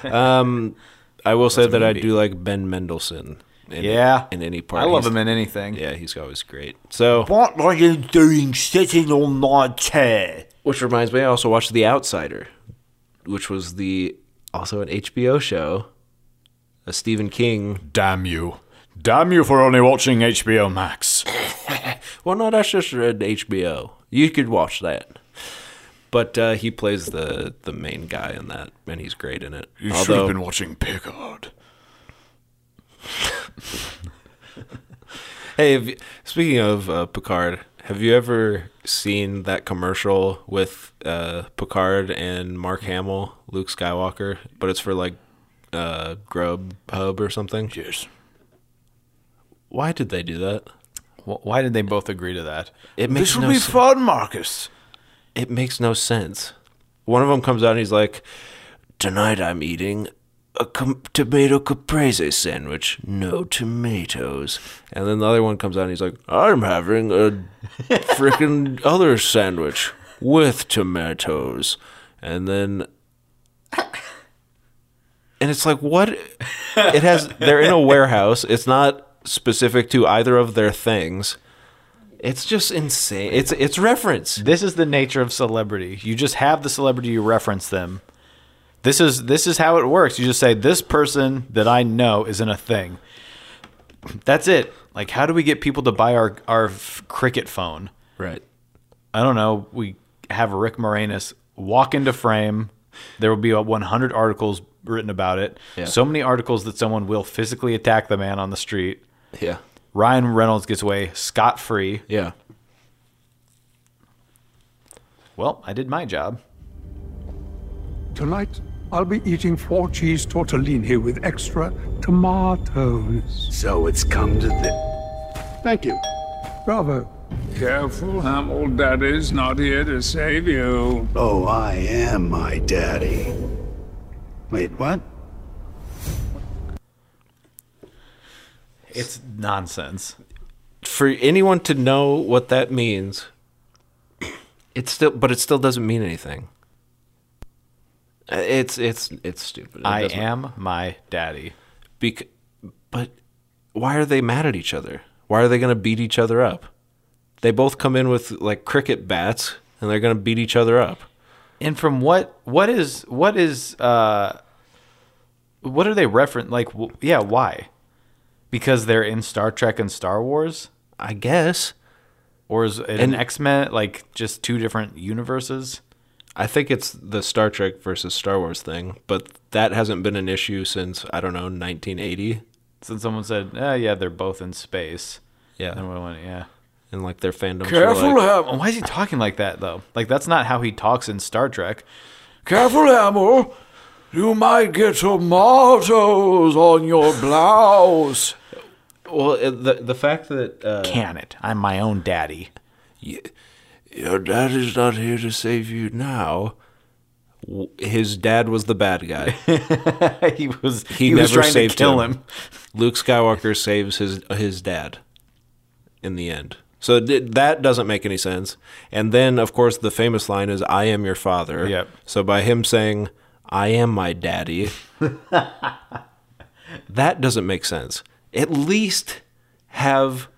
Speaker 2: um I will say that I do like Ben Mendelsohn. In,
Speaker 1: Yeah,
Speaker 2: in any part.
Speaker 1: I love
Speaker 2: He's-
Speaker 1: him in anything.
Speaker 2: Yeah, he's always great. So,
Speaker 4: What are you doing sitting on my chair?
Speaker 2: Which reminds me, I also watched The Outsider, which was the also an HBO show a Stephen King.
Speaker 1: Damn you. Damn you for only watching HBO Max.
Speaker 2: Well, no, that's just an HBO. You could watch that. But uh, he plays the the main guy in that, and he's great in it.
Speaker 4: You should
Speaker 2: Although
Speaker 4: have been watching Picard.
Speaker 2: Hey, have you- speaking of uh, Picard, have you ever seen that commercial with uh, Picard and Mark Hamill, Luke Skywalker? But it's for like uh, Grub Hub or something.
Speaker 4: Yes.
Speaker 2: Why did they do that?
Speaker 1: Wh- Why did they both agree to that?
Speaker 2: It makes
Speaker 7: This
Speaker 2: no
Speaker 7: will be
Speaker 2: sen-
Speaker 7: fun, Marcus.
Speaker 2: it makes no sense. One of them comes out and he's like, "Tonight I'm eating a com- tomato caprese sandwich, no tomatoes." And then the other one comes out and he's like, "I'm having a freaking other sandwich with tomatoes." And then and it's like, what? It has. They're in a warehouse. It's not specific to either of their things. It's just insane. It's it's reference.
Speaker 1: This is the nature of celebrity. You just have the celebrity, you reference them. This is this is how it works. You just say this person that I know is in a thing. That's it. Like, how do we get people to buy our our f- cricket phone?
Speaker 2: Right.
Speaker 1: I don't know. We have Rick Moranis walk into frame. There will be about 100 articles written about it. So many articles that someone will physically attack the man on the street.
Speaker 2: Yeah.
Speaker 1: Ryan Reynolds gets away scot free.
Speaker 2: Yeah.
Speaker 1: Well, I did my job.
Speaker 8: Tonight, I'll be eating four cheese tortellini with extra tomatoes.
Speaker 5: So it's come to this. Thank you.
Speaker 8: Bravo.
Speaker 9: Careful, Hamill. Daddy's not here to save you.
Speaker 5: Oh, I am my daddy. Wait, what?
Speaker 1: It's nonsense.
Speaker 2: For anyone to know what that means, it's still, but it still doesn't mean anything. Uh, It's it's it's stupid. It
Speaker 1: I
Speaker 2: doesn't-
Speaker 1: am my daddy.
Speaker 2: Bec- but why are they mad at each other? Why are they going to beat each other up? They both come in with like cricket bats, and they're going to beat each other up.
Speaker 1: And from what what is what is uh what are they reference like w- yeah, why? Because they're in Star Trek and Star Wars?
Speaker 2: I guess.
Speaker 1: Or is it an
Speaker 2: And-
Speaker 1: X Men like just two different universes?
Speaker 2: I think it's the Star Trek versus Star Wars thing, but that hasn't been an issue since I don't know 1980.
Speaker 1: Since someone said, eh, "Yeah, they're both in space," and
Speaker 2: Yeah,
Speaker 1: we went, "Yeah."
Speaker 2: and like their fandoms. were
Speaker 7: Careful,
Speaker 2: like-
Speaker 7: Hamill.
Speaker 1: And why is he talking like that though? Like that's not how he talks in Star Trek.
Speaker 7: Careful, Hamill. You might get tomatoes on your blouse.
Speaker 2: Well, it- the the fact that uh,
Speaker 1: Can it? I'm my own daddy.
Speaker 2: your dad is not here to save you now, w- his dad was the bad guy.
Speaker 1: he was
Speaker 2: He,
Speaker 1: he, was
Speaker 2: never
Speaker 1: trying
Speaker 2: saved
Speaker 1: to kill
Speaker 2: him.
Speaker 1: him.
Speaker 2: Luke Skywalker saves his his dad in the end. So it did- that doesn't make any sense. And then, of course, the famous line is "I am your father."
Speaker 1: Yep.
Speaker 2: So by him saying "I am my daddy," that doesn't make sense. At least have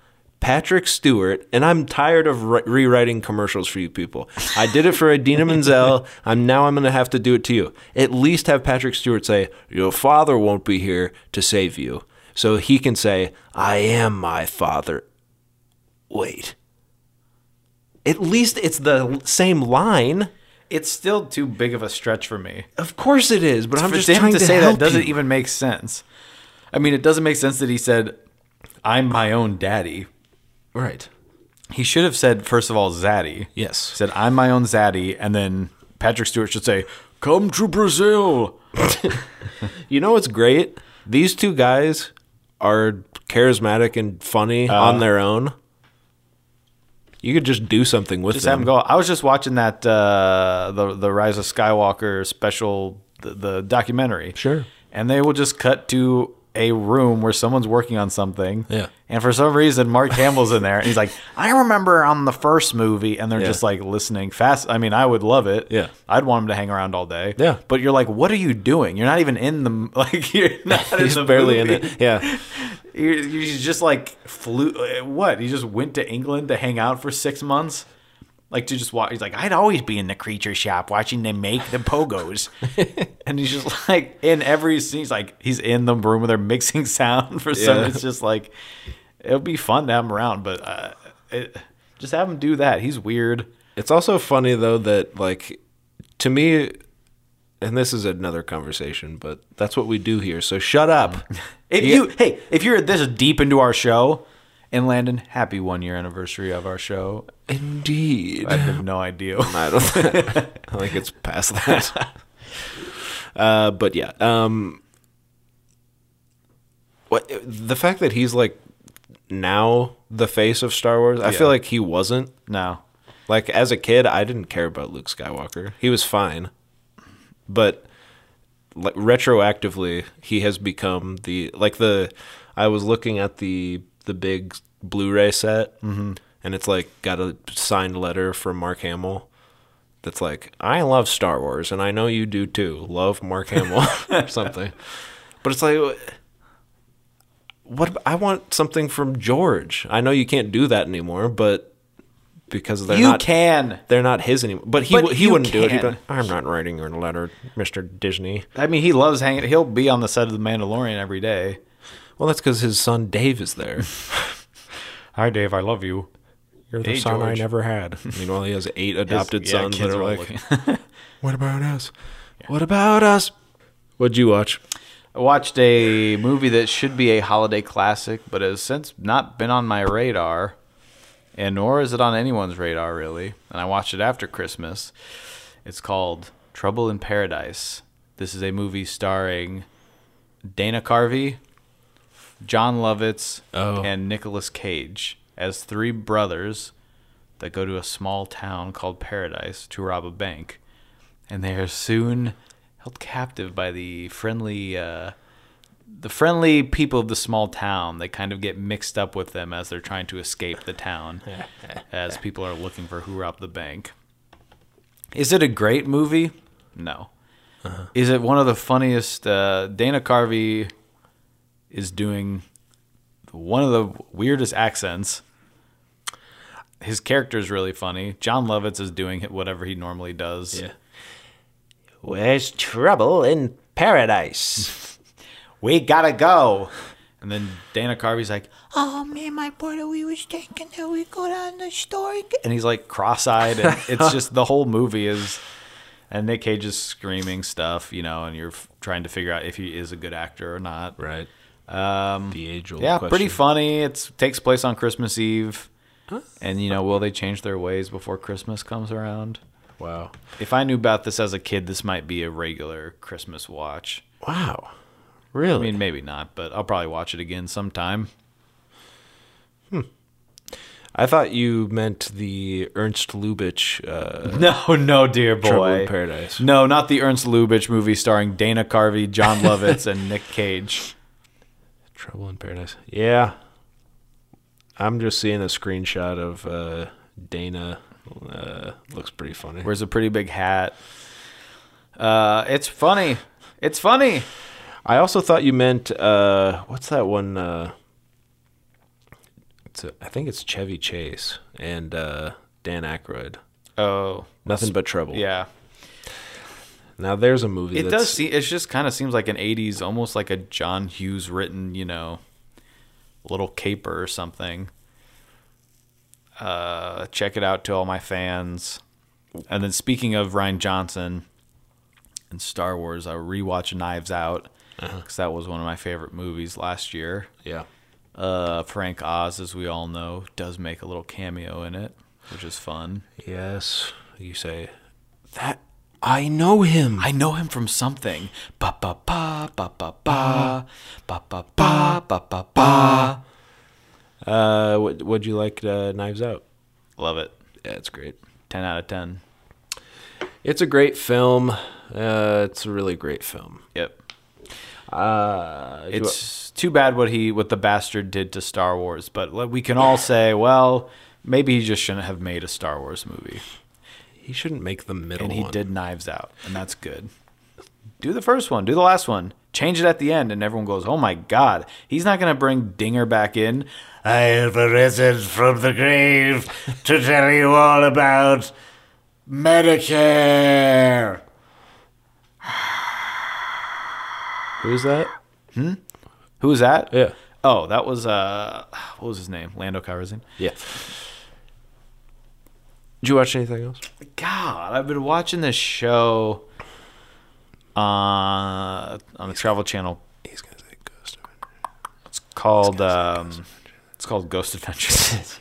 Speaker 2: Patrick Stewart, and I'm tired of re- rewriting commercials for you people. I did it for Adina Menzel. I'm now I'm going to have to do it to you. At least have Patrick Stewart say, "Your father won't be here to save you," so he can say, "I am my father." Wait. At least it's the same line.
Speaker 1: It's still too big of a stretch for me.
Speaker 2: Of course it is, but I'm
Speaker 1: for
Speaker 2: just
Speaker 1: him
Speaker 2: trying
Speaker 1: to, say that
Speaker 2: help
Speaker 1: doesn't
Speaker 2: you.
Speaker 1: even make sense. I mean, it doesn't make sense that he said, "I'm my own daddy."
Speaker 2: right.
Speaker 1: He should have said first of all, "Zaddy."
Speaker 2: Yes.
Speaker 1: said, "I'm my own zaddy," and then Patrick Stewart should say, "Come to Brazil."
Speaker 2: You know what's great? These two guys are charismatic and funny on their own. You could just do something with
Speaker 1: Just have
Speaker 2: them.
Speaker 1: him go. I was just watching that uh, the the Rise of Skywalker special, the, the documentary.
Speaker 2: Sure.
Speaker 1: And they will just cut to a room where someone's working on something.
Speaker 2: Yeah.
Speaker 1: And for some reason, Mark Hamill's in there, and he's like, "I remember on the first movie," and they're
Speaker 2: Yeah.
Speaker 1: just like listening fast. I mean, I would love it.
Speaker 2: Yeah.
Speaker 1: I'd want him to hang around all day.
Speaker 2: Yeah.
Speaker 1: But you're like, what are you doing? You're not even in the like. You're not.
Speaker 2: He's
Speaker 1: in the
Speaker 2: barely in
Speaker 1: movie.
Speaker 2: it. Yeah.
Speaker 1: He- uh, He's just like flew. What? He just went to England to hang out for six months. Like to just watch. He's like, I'd always be in the creature shop watching them make the pogos. and he's just like in every scene. He's like he's in the room where they're mixing sound for some.
Speaker 2: Yeah.
Speaker 1: It's just like it'll be fun to have him around, but uh, it, just have him do that. He's weird.
Speaker 2: It's also funny though that like to me and this is another conversation, but that's what we do here. So shut up.
Speaker 1: If
Speaker 2: Yeah.
Speaker 1: you hey, if you're this deep into our show, and Landon, happy one year anniversary of our show.
Speaker 2: Indeed.
Speaker 1: I have no idea.
Speaker 2: I don't I think it's past that. uh, but yeah, um, what the fact that he's like now the face of Star Wars, I feel like he wasn't.
Speaker 1: No,
Speaker 2: Like as a kid, I didn't care about Luke Skywalker. He was fine, but like, retroactively, he has become the like the. I was looking at the the big Blu-ray set, and it's like got a signed letter from Mark Hamill. That's like I love Star Wars, and I know you do too. Love Mark Hamill or something, but it's like. What ab- I want something from George. I know you can't do that anymore, but because they're
Speaker 1: you
Speaker 2: not
Speaker 1: can.
Speaker 2: they're not his anymore. But he
Speaker 1: But
Speaker 2: w he
Speaker 1: you
Speaker 2: wouldn't do it. He'd be
Speaker 1: can.
Speaker 2: like, I'm not writing your letter, Mister Disney.
Speaker 1: I mean, he loves hanging. He'll be on the set of The Mandalorian every day.
Speaker 2: Well, that's because his son Dave is there.
Speaker 1: Hi, Dave. I love you.
Speaker 2: You're the
Speaker 1: Hey,
Speaker 2: son I
Speaker 1: George.
Speaker 2: never had. Meanwhile, he has eight adopted
Speaker 1: yeah,
Speaker 2: sons that
Speaker 1: kids
Speaker 2: are
Speaker 1: are all
Speaker 2: like, "What about us? What about us?" What'd you watch?
Speaker 1: I watched a movie that should be a holiday classic, but has since not been on my radar, and nor is it on anyone's radar really. And I watched it after Christmas. It's called Trouble in Paradise. This is a movie starring Dana Carvey, John Lovitz,
Speaker 2: Oh.
Speaker 1: and Nicolas Cage as three brothers that go to a small town called Paradise to rob a bank and they are soon held captive by the friendly uh, the friendly people of the small town. They kind of get mixed up with them as they're trying to escape the town, as people are looking for who robbed the bank. Is it a great movie? No. Is it one of the funniest? Uh, Dana Carvey is doing one of the weirdest accents. His character is really funny. John Lovitz is doing whatever he normally does.
Speaker 2: Yeah. Where's trouble in paradise?
Speaker 1: we gotta go. And then Dana Carvey's like,
Speaker 10: Oh, me and my brother, we was thinking that we go down the store and
Speaker 1: and he's like cross-eyed, and it's just the whole movie is, and Nick Cage is screaming stuff, you know, and you're f- trying to figure out if he is a good actor or not.
Speaker 2: right.
Speaker 1: Um,
Speaker 2: The age old.
Speaker 1: yeah, pretty
Speaker 2: fun.
Speaker 1: funny. It takes place on Christmas Eve, and you know, will they change their ways before Christmas comes around?
Speaker 2: Wow.
Speaker 1: If I knew about this as a kid, this might be a regular Christmas watch.
Speaker 2: Wow.
Speaker 1: I
Speaker 2: Really?
Speaker 1: mean, maybe not, but I'll probably watch it again sometime.
Speaker 2: I thought you meant the Ernst Lubitsch uh,
Speaker 1: No, no, dear boy.
Speaker 2: Trouble in Paradise.
Speaker 1: No, not the Ernst Lubitsch movie starring Dana Carvey, John Lovitz, and Nick Cage.
Speaker 2: Trouble in Paradise. Yeah. I'm just seeing a screenshot of uh, Dana. Uh, looks pretty funny.
Speaker 1: Wears a pretty big hat. Uh, it's funny. It's funny.
Speaker 2: I also thought you meant uh, what's that one? Uh, it's a, I think it's Chevy Chase and uh, Dan Aykroyd.
Speaker 1: Oh,
Speaker 2: Nothing but trouble.
Speaker 1: yeah.
Speaker 2: Now there's a movie.
Speaker 1: It
Speaker 2: that's,
Speaker 1: does. See, it just kind of seems like an '80s, almost like a John Hughes written, you know, little caper or something. Uh, check it out to all my fans. And then speaking of Ryan Johnson and Star Wars, I rewatched Knives Out because that was one of my favorite movies last year.
Speaker 2: Yeah.
Speaker 1: Uh, Frank Oz, as we all know, does make a little cameo in it, which is fun.
Speaker 2: Yes. You say that. I know him.
Speaker 1: I know him from something. Ba ba ba ba ba ba ba ba ba ba ba ba.
Speaker 2: Uh, what would you like? Uh, Knives Out.
Speaker 1: Love it.
Speaker 2: Yeah, it's great.
Speaker 1: Ten out of ten.
Speaker 2: It's a great film. Uh, it's a really great film.
Speaker 1: Yep.
Speaker 2: Uh, you-
Speaker 1: It's too bad what he what the bastard did to Star Wars, but le- we can all say, well, maybe he just shouldn't have made a Star Wars movie.
Speaker 2: he shouldn't make the middle.
Speaker 1: And he
Speaker 2: one.
Speaker 1: did Knives Out, and that's good. Do the first one. Do the last one. Change it at the end, and everyone goes, "Oh my god, he's not gonna bring Dinger back in."
Speaker 11: I have arisen from the grave to tell you all about Medicare.
Speaker 2: Who's that?
Speaker 1: Who's that?
Speaker 2: Yeah.
Speaker 1: Oh, that was uh, what was his name? Lando Calrissian.
Speaker 2: Yeah. Did you watch anything else?
Speaker 1: God, I've been watching this show uh, on the Travel Channel
Speaker 2: He's gonna say Ghost.
Speaker 1: called um, it's called Ghost Adventures.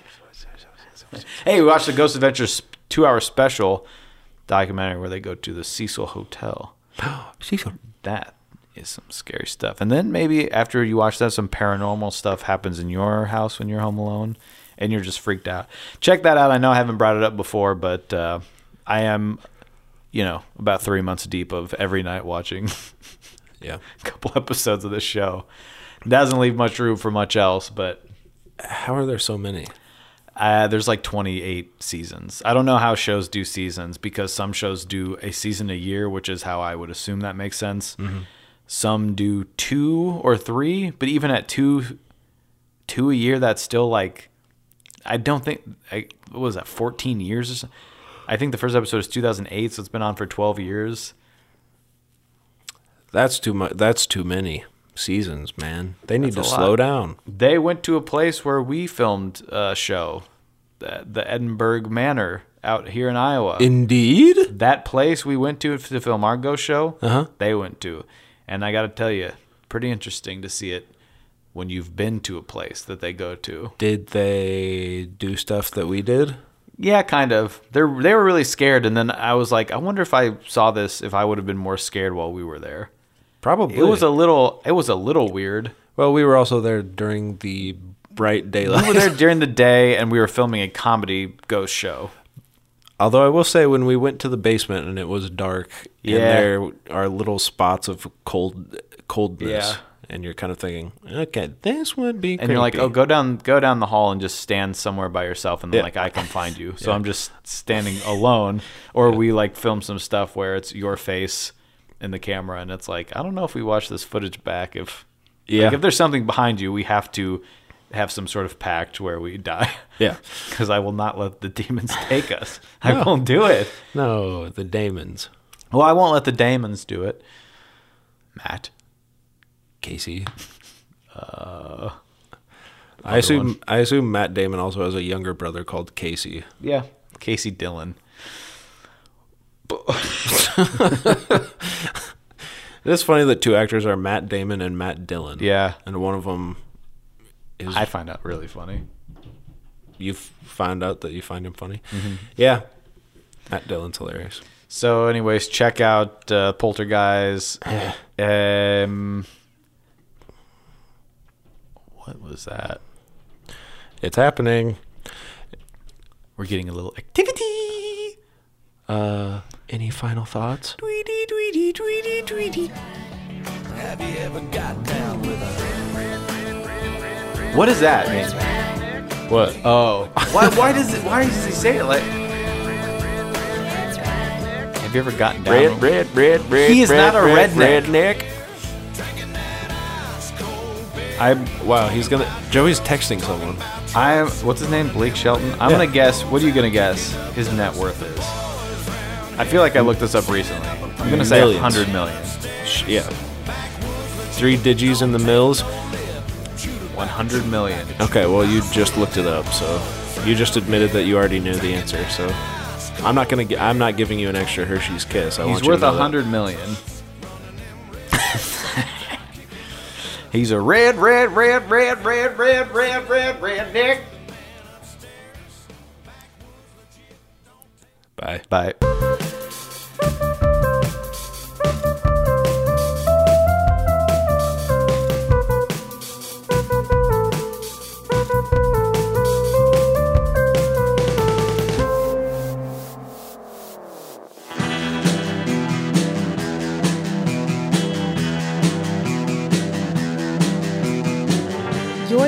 Speaker 1: hey, we watched the Ghost Adventures two-hour special documentary where they go to the Cecil Hotel. Cecil, that is some scary stuff. And then maybe after you watch that, some paranormal stuff happens in your house when you're home alone, and you're just freaked out. Check that out. I know I haven't brought it up before, but uh, I am, you know, about three months deep of every night watching
Speaker 2: Yeah.
Speaker 1: couple episodes of this show. Doesn't leave much room for much else, but
Speaker 2: How are there so many?
Speaker 1: uh, there's like 28 seasons. I don't know how shows do seasons because some shows do a season a year, which is how I would assume that makes sense. Some do two or three, but even at two, two a year, that's still like I don't think I, what was that 14 years or something. I think the first episode is 2008, so it's been on for 12 years.
Speaker 2: That's too much. That's too many seasons, man. They need
Speaker 1: That's
Speaker 2: to
Speaker 1: a
Speaker 2: slow
Speaker 1: lot.
Speaker 2: down.
Speaker 1: They went to a place where we filmed a show, the, the Edinburgh Manor out here in Iowa.
Speaker 2: Indeed.
Speaker 1: that place we went to to film our ghost show, they went to. And I got to tell you, pretty interesting to see it when you've been to a place that they go to.
Speaker 2: Did they do stuff that we did?
Speaker 1: Yeah, kind of. They are they were really scared, and then I was like, I wonder if I saw this, if I would have been more scared while we were there.
Speaker 2: Probably.
Speaker 1: It was a little, it was a little weird.
Speaker 2: well. We were also there during the bright daylight.
Speaker 1: We were there during the day, and we were filming a comedy ghost show.
Speaker 2: Although I will say, when we went to the basement and it was dark,
Speaker 1: Yeah.
Speaker 2: and there are little spots of cold coldness,
Speaker 1: Yeah.
Speaker 2: and you're kind of thinking, okay, this would be.
Speaker 1: and you're like,
Speaker 2: creepy.
Speaker 1: oh, go down, go down the hall and just stand somewhere by yourself, and then
Speaker 2: Yeah.
Speaker 1: like I can find you. So I'm just standing alone, or we like film some stuff where it's your face in the camera, and it's like I don't know if we watch this footage back if
Speaker 2: Yeah.
Speaker 1: like, if there's something behind you, we have to have some sort of pact where we die.
Speaker 2: Yeah.
Speaker 1: because I will not let the demons take us. I won't do it.
Speaker 2: no, the Damons,
Speaker 1: Well, I won't let the demons do it. Matt,
Speaker 2: Casey. Uh, I assume I assume Matt Damon also has a younger brother called Casey.
Speaker 1: yeah, Casey Dillon.
Speaker 2: It's funny that two actors are Matt Damon and Matt Dillon.
Speaker 1: Yeah,
Speaker 2: and one of them is
Speaker 1: I find that really funny.
Speaker 2: you f- find out that you find him funny. Yeah, Matt Dillon's hilarious.
Speaker 1: So, anyways, check out uh, Poltergeist. um, what was that?
Speaker 2: It's happening.
Speaker 1: We're getting a little activity.
Speaker 2: Uh, any final thoughts?
Speaker 1: Tweety, tweety, tweety, tweety. What does that mean?
Speaker 2: What?
Speaker 1: Oh, why? Why does it? Why does he say it like? Have you ever gotten down?
Speaker 2: red, red, red, red.
Speaker 1: He is
Speaker 2: red,
Speaker 1: not a
Speaker 2: red,
Speaker 1: redneck.
Speaker 2: redneck. I wow. He's gonna. Joey's texting someone.
Speaker 1: I'm. What's his name? Blake Shelton. I'm
Speaker 2: Yeah.
Speaker 1: gonna guess. What are you gonna guess? His net worth is. I feel like I looked this up recently. I'm gonna say
Speaker 2: Millions.
Speaker 1: 100 million.
Speaker 2: Sh- Yeah. Three digis in the mills.
Speaker 1: 100 million.
Speaker 2: Okay. Well, you just looked it up, so you just admitted that you already knew the answer. So I'm not gonna. gi- I'm not giving you an extra Hershey's kiss. I want
Speaker 1: He's
Speaker 2: you to
Speaker 1: worth
Speaker 2: know that.
Speaker 1: 100 million. He's a red, red, red, red, red, red, red, red, red, Nick.
Speaker 2: Bye.
Speaker 1: Bye.
Speaker 12: You're